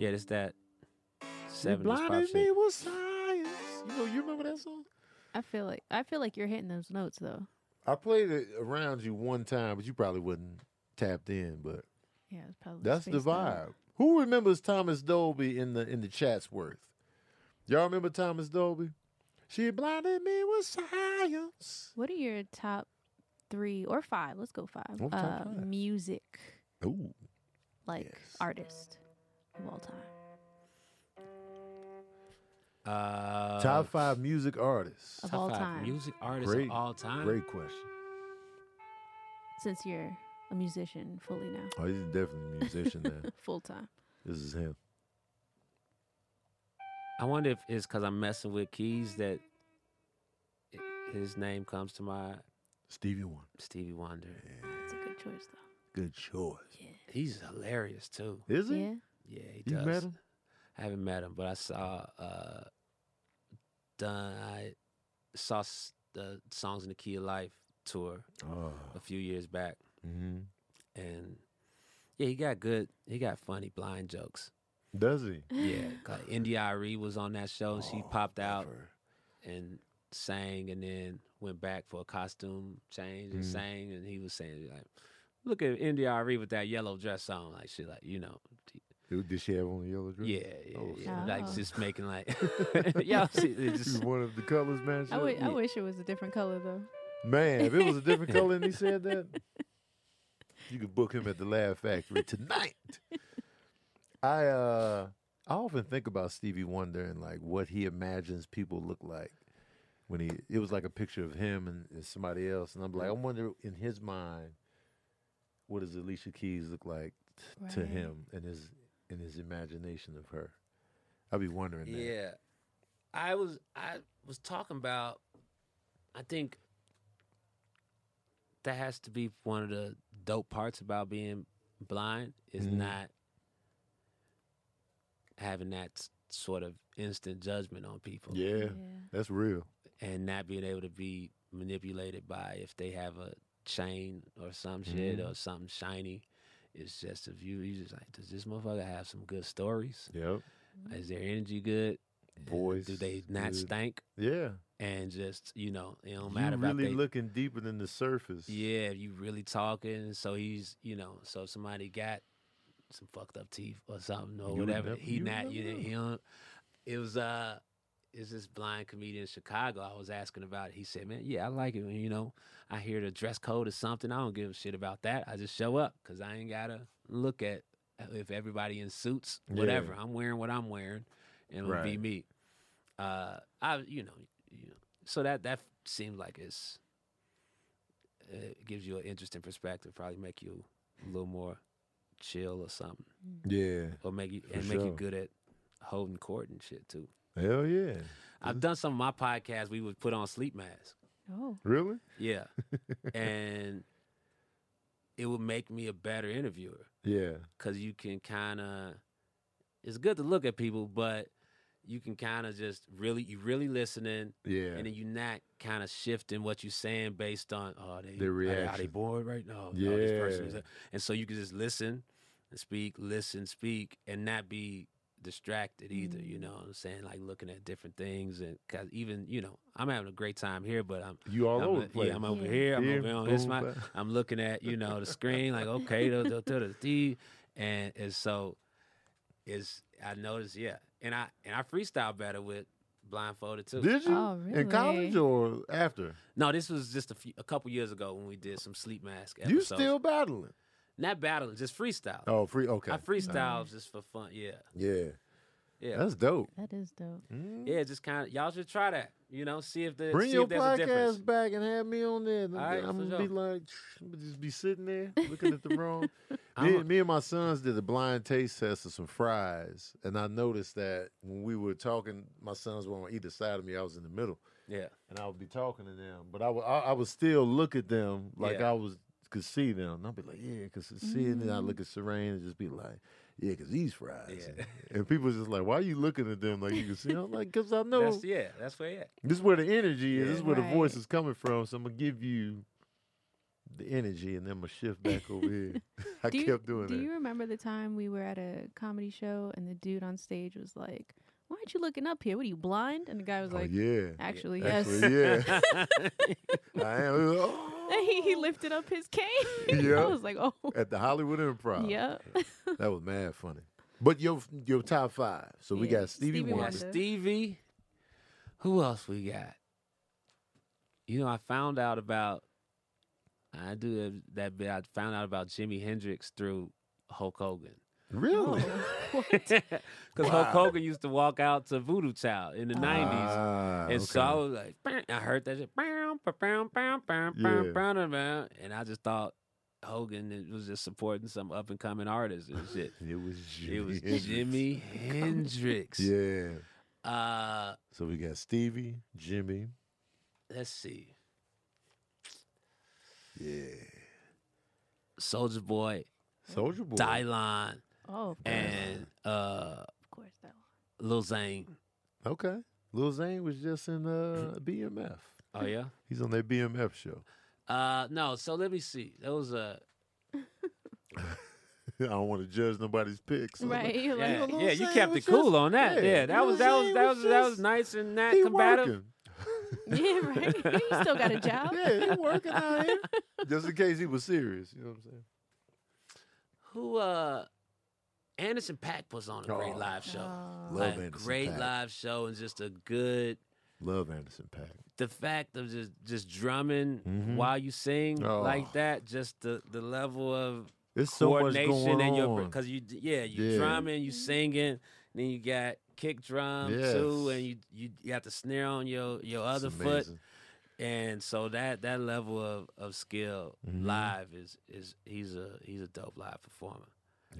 Yeah, it's that
You
seventies pop
blinded
shit.
me with science. You know, you remember that song?
I feel like I feel like you're hitting those notes though.
I played it around you one time, but you probably wasn't tapped in. But
Yeah, it's probably
that's the
spaced out.
vibe. Who remembers Thomas Dolby in the in the Chatsworth? Y'all remember Thomas Dolby? She blinded me with science.
What are your top three or five? Let's go five.
Oh, top
uh,
five.
Music
Ooh,
like
Yes.
artist of all time
Uh,
Top five music artists.
of all time.
music artists
Great,
of all time.
Great question.
since you're a musician fully now,
Oh, he's definitely a musician now.
full time.
This is him.
I wonder if it's because I'm messing with keys that i- his name comes to my
Stevie Wonder.
Stevie Wonder.
It's a good choice though.
Good choice.
He's hilarious too.
Is he?
Yeah.
Yeah, he
You
does.
met him?
I haven't met him, but I saw uh, done. I saw s- the songs in the Key of Life tour
Oh.
a few years back,
hmm
and yeah, he got good. He got funny blind jokes.
Does he?
Yeah, 'cause NDIRE E was on that show, and she
Oh,
popped out
never.
and sang, and then went back for a costume change and
Mhm.
sang, and he was saying like, "Look at NDIRE E with that yellow dress on," like she like you know.
Dude, Did she have on a yellow dress?
Yeah, yeah,
Oh,
yeah.
snap.
like
Oh.
just making like, yeah, see, it
She was
just
one of the colors, man.
I, w- I
Yeah.
wish it was a different color though.
Man, if it was a different color and he said that, you could book him at the Laugh Factory tonight. I uh I often think about Stevie Wonder and like what he imagines people look like when he it was like a picture of him and, and somebody else and I'm like I wonder in his mind what does Alicia Keys look like t- to
Right.
him and his in his imagination of her. I'd be wondering that.
Yeah, I was I was talking about. I think that has to be one of the dope parts about being blind is
Mhm.
not having that s- sort of instant judgment on people
Yeah,
Yeah.
that's real.
and not being able to be manipulated by if they have a chain or some shit
Mhm.
or something shiny. It's just if you you just like, does this motherfucker have some good stories?
Yep.
Mm-hmm.
Is their energy good? Uh,
Voice.
Do they not
good.
stink?
Yeah.
And just you know, it don't
you
matter about
really
they.
looking deeper than the surface.
yeah, you really talking. So he's you know, so if somebody got some fucked up teeth or something or
You would
whatever.
never-
he
you would
not you
never
didn't- he don't. It was uh, is this blind comedian in Chicago? I was asking about it. He said, "Man, yeah, I like it when you know I hear the dress code or something. I don't give a shit about that. I just show up because I ain't gotta look at if everybody in suits,
Yeah.
whatever. I'm wearing what I'm wearing, and it'll be
Right.
me. Uh, I, you know, you know. So that that seems like it's it gives you an interesting perspective. Probably make you a little more chill or something,
Yeah.
or make you
For
and make you
sure.
good at holding court and shit too.
Hell yeah.
I've done some of my podcasts. We would put on sleep masks.
Oh.
Really?
Yeah. and it would make me a better interviewer
Yeah.
because you can kind of, it's good to look at people, but you can kind of just really, you really listening
Yeah.
and then you not kind of shifting what you're saying based on, oh, they,
Their
are they- Are they
reaction.
bored right now? Oh, this person is
Yeah.
a-" and so you can just listen and speak, listen, speak, and not be distracted either. You
Mm.
know what I'm saying? Like looking at different things. And cause even, you know, I'm having a great time here, but I'm,
you all
I'm
over
li-
the place.
Yeah, I'm over
Yeah.
here. I'm
Here,
over here on this.
boom,
My,
back.
I'm looking at you know the screen like okay, da, da, da, da, dee. and and so is I noticed yeah, and I and I freestyle better with blindfolded too.
Did you?
Oh,
In college
really?
or after?
no, this was just a few a couple years ago when we did some sleep mask. Episodes.
You still battling.
not battling, just freestyle.
Oh, free. Okay.
I freestyle just for fun. Yeah,
yeah.
yeah.
That's dope.
That is dope.
Mm.
yeah, just kind of y'all should try that. You know, see if the
Bring
see
your
if there's a difference.
podcast back and have me on there.
All right,
I'm
for
gonna
sure.
be like, I'm gonna just be sitting there looking at the wrong.
I'm
me,
a-
me and my sons did a blind taste test of some fries, and I noticed that when we were talking, my sons were on either side of me. I was in the middle.
Yeah,
and I would be talking to them, but I would I, I would still look at them like
Yeah.
I was could see them, and I'd be like, yeah, because seeing it, I look at Serene and just be like, yeah, because these fries,
Yeah.
and, and people just like, why are you looking at them like you can see? I'm like, because I know
that's yeah, that's where yeah.
this is where the energy is,
Yeah.
this is where the voice
Right.
is coming from, so I'm gonna give you the energy, and then I'm gonna shift back over here. I
do
kept
you,
doing
Do
that.
you remember the time we were at a comedy show and the dude on stage was like, "Why aren't you looking up here? What are you blind?" And the guy was
oh
like,
yeah,
"Actually, yes."
actually, yeah, I am.
And he, he
Oh.
lifted up his cane.
Yeah.
I was like, "Oh,
At the Hollywood Improv.
yeah."
That was mad funny. But your your top five. So we
Yeah,
got Stevie,
Stevie
Wonder.
Yeah,
Wonder.
Stevie. Who else we got? You know, I found out about. I do have that bit. I found out about Jimi Hendrix through Hulk Hogan.
Oh.
Oh.
Really?
Because Hulk
Wow.
Hogan used to walk out to Voodoo Child in the 90s.
Ah,
And so I
okay.
was like, "Bam," I heard that shit, "Bam, ba- bam, bam, bam,
Yeah.
bam, bam, bam," and I just thought Hogan was just supporting some up and coming artists and shit.
it was Jimi
It was
Hendrix.
Jimi Hendrix.
Yeah.
Uh,
So we got Stevie, Jimmy.
let's see,
Yeah.
Soldier Boy,
Soldier Boy.
Dylon,
Oh, of course.
and uh,
of course that one.
Lil Zane.
Okay. Lil Zane was just in uh,
Mm-hmm.
BMF.
Oh yeah.
He's on their BMF show.
Uh, no. So let me see. That was uh,
I don't want to judge nobody's picks. so-
Right. You're like,
yeah,
Lil
yeah, you
Zane
kept
was
it cool
just-
on that.
yeah,
Yeah, that
Lil
was that was
Zane
that
was
was, that
just-
was nice and not
He
combative.
working.
"Oh, yeah, right. you still got a job.
Yeah, he working out here. Just in case he was serious. You know what I'm saying?
Who uh, Anderson Pack was on a great
Oh.
live show.
Oh.
Love
Like,
Anderson
great
Paak.
live show and just a good
Love Anderson Pack.
the fact of just just drumming
Mhm.
while you sing
Oh.
like that. Just the the level of
There's so much
coordination
going
in your
on.
because you d- yeah you
Yeah.
drumming
Mm-hmm.
you singing then you got kick drum too
Yes.
and you you got the snare on your your other
It's
foot
amazing.
and so that that level of of skill
Mhm.
live is is he's a he's a dope live performer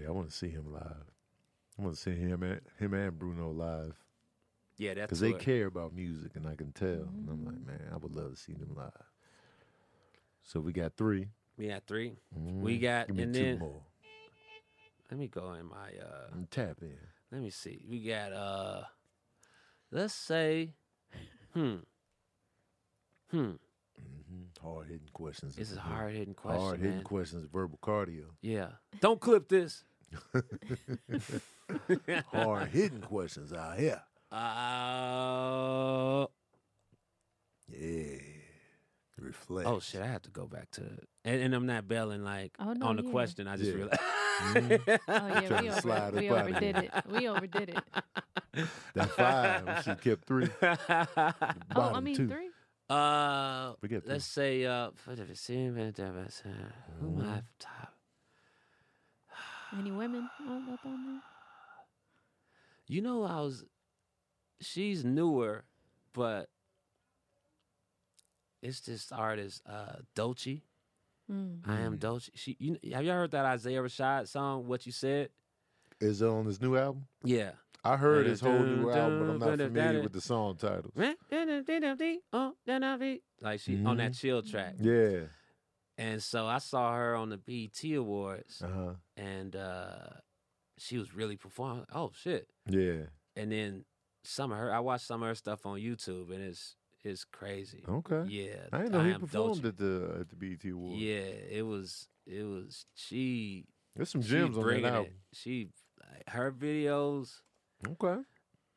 Yeah, I want to see him live. I want to see him and him and Bruno live
yeah that's
because they care about music, and I can tell. And I'm like, man, I would love to see them live. So we got 3
we got three We
Mhm.
got-
Give me
and
two
then-
more.
let me go in my uh
And tap in.
let me see we got uh let's say hmm hmm
Mm-hmm. Hard hitting questions.
this is hard hitting question
Hard hitting
man.
questions. Verbal cardio.
yeah don't clip this Uh,
Hard hitting questions out here.
Uh,
Yeah. Reflect.
oh shit! I have to go back to and, and I'm not bailing like
Oh, no,
on the
yeah.
question. I just
Yeah.
realized.
Oh yeah,
Trying
we,
to
over,
slide
we
up outta
overdid
here.
it. We overdid it.
That five. she kept three.
Oh, I
Bottom
mean
two.
three.
uh,
We got
let's say uh, for the receiving, who am
Mm-hmm.
I top?
Any women on- up on there?
You know, I was. She's newer, but it's this artist, uh, Dolce.
Mm.
I am
Mm.
Dolce. She, you have y'all heard that Isaiah Rashad song? What you said?
three. Is it on his new album?
Yeah.
I heard his whole new
Dun,
album, but I'm not
dun, dun, dun,
familiar
dun.
with the song titles.
Like she on that chill track.
Yeah.
And so I saw her on the BET Awards
Uh huh.
and uh she was really performing. Oh shit.
Yeah.
And then some of her I watched some of her stuff on YouTube and it's it's crazy.
Okay.
Yeah.
I didn't know he
am
performed
Dolce.
at the at the BET Awards.
Yeah, it was it was she
There's some
she
gems on that
bringing it.
album.
She like, her videos
Okay.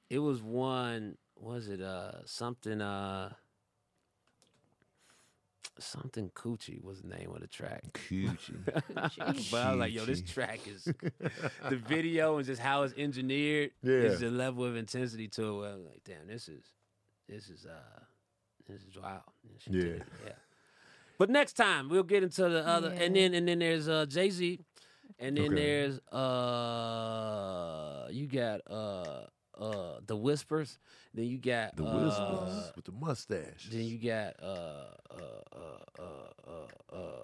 it was one was it uh something uh something coochie was the name of the track
Coochie.
but i was like yo this
Coochie.
track is the video and just how it's engineered
Yeah.
is the level of intensity to it where i'm like damn this is this is uh this is wild And she did
Yeah.
it, yeah but next time we'll get into the other and
Yeah.
then and then there's uh jay-z and then
Okay.
there's uh you got uh uh the whispers then you got
the
uh,
Whispers with the mustache.
then you got uh uh uh uh uh, uh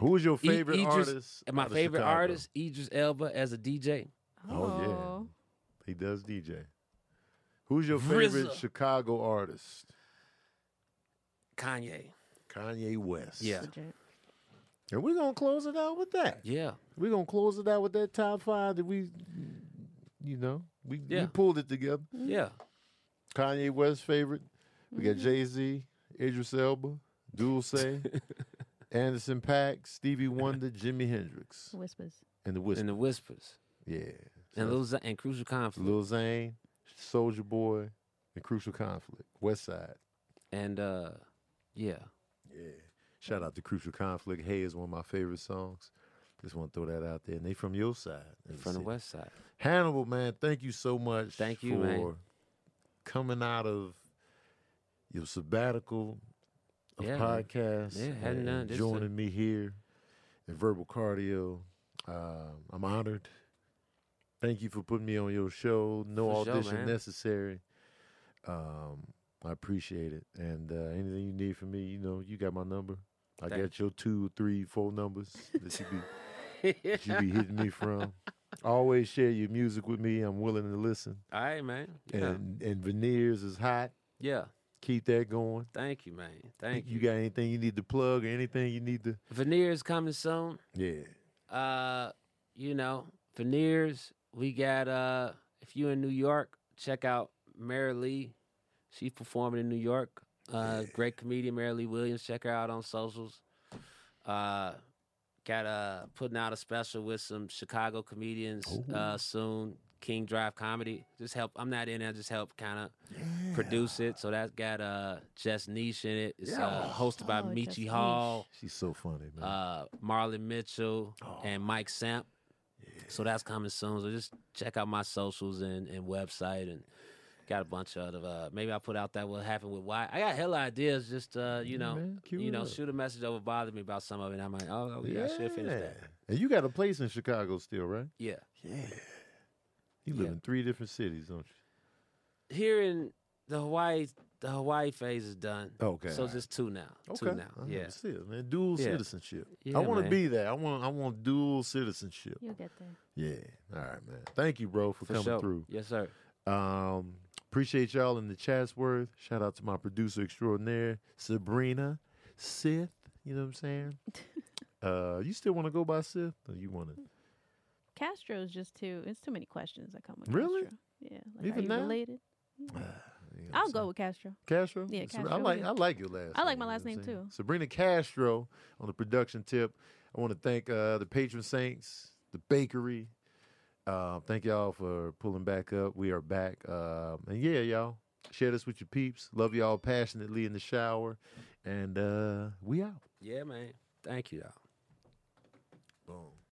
Who was your
E-
favorite
Idris-
artist?
and my
out of
favorite
Chicago?
artist Idris Elba as a DJ
Oh, yeah.
Oh.
He does DJ. Who's your
RZA.
favorite Chicago artist?
Kanye
Kanye West.
Yeah.
Legit.
And we're gonna close it out with that.
yeah
We're gonna close it out with that top five that we you know, we, we
Yeah.
pulled it together.
yeah
Kanye West favorite. We
Mm-hmm.
got Jay Z, Idris Elba, Dulce, Anderson Pack, Stevie Wonder, Jimi Hendrix,
Whispers.
and the
and
Whisper.
the whispers
yeah. So
and Lil Z- and Crucial Conflict
Lil Zane, Soldier Boy, and Crucial Conflict, West Side.
and uh yeah
Yeah. Shout out to Crucial Conflict. Hey is one of my favorite songs. Just want to throw that out there. And they from your side. of
from the
city.
West Side
Hannibal, man, thank you so much.
Thank you,
for
man.
coming out of your sabbatical of
Yeah, man.
podcasts
Yeah, hadn't
and
done this
joining me here at Verbal Cardio. Uh, I'm honored. Thank you for putting me on your show. No
For sure,
audition
man.
necessary. Um, I appreciate it. And uh, anything you need from me, you know, you got my number. I
Thank
got your two, three, four numbers that you be that you be hitting me from. Always share your music with me. I'm willing to listen.
All right, man. Yeah.
And and veneers is hot.
yeah.
Keep that going.
Thank you, man. Thank you.
You got anything you need to plug or anything you need to?
Veneers coming soon.
Yeah.
uh you know veneers we got uh if you in new york check out mary lee she's performing in new york
Yeah.
uh great comedian mary lee williams check her out on socials uh got uh putting out a special with some chicago comedians
Ooh.
uh soon king drive comedy just help i'm not in there just help kind of produce it so that's got uh jess niche in it it's uh,
Yeah.
hosted by
Oh, Jess
michi
Niche.
hall
She's so funny, man.
uh, Marlon Mitchell
Oh.
and Mike Samp. So that's coming soon. So just check out my socials and, and website and got a bunch of other. Uh, maybe I'll put out that what happened with why. I got hella ideas. Just uh, you
Yeah,
know,
man, cue
you
it
know,
up.
shoot a message over bother me about some of it. I'm like, oh, yeah, I should finish that.
And you got a place in Chicago still, right?
Yeah,
Yeah. You live
Yeah.
in three different cities, don't you?
here in the Hawaii, the Hawaii phase is done.
Okay.
So just two now, two now.
Uh,
Yeah,
Still, man. Dual
Yeah.
citizenship.
Yeah,
I want to
man.
be there. I want. I want dual citizenship.
You'll get there.
Yeah. All right, man. Thank you, bro, for, coming
sure.
through.
Yes, sir.
Um, appreciate y'all in the Chatsworth. Shout out to my producer extraordinaire, Sabrina Sith. You know what I'm saying? uh, you still want to go by Sith? Or you want to?
Castro's just too. It's too many questions that come with
Really?
Castro. Yeah. Like,
Even
are you
now?
related? I'll go with Castro.
Castro.
Yeah,
Sab- I
Castro,
like
yeah.
I like your last.
I
name,
like my
you know
last
what I'm
name,
saying?
too.
Sabrina Castro on the production tip. I want to thank uh, the patron saints, the bakery. Uh, thank y'all for pulling back up. We are back, Um and yeah, y'all share this with your peeps. Love y'all passionately in the shower, and uh, we out.
Yeah, man. Thank you, y'all.
Boom.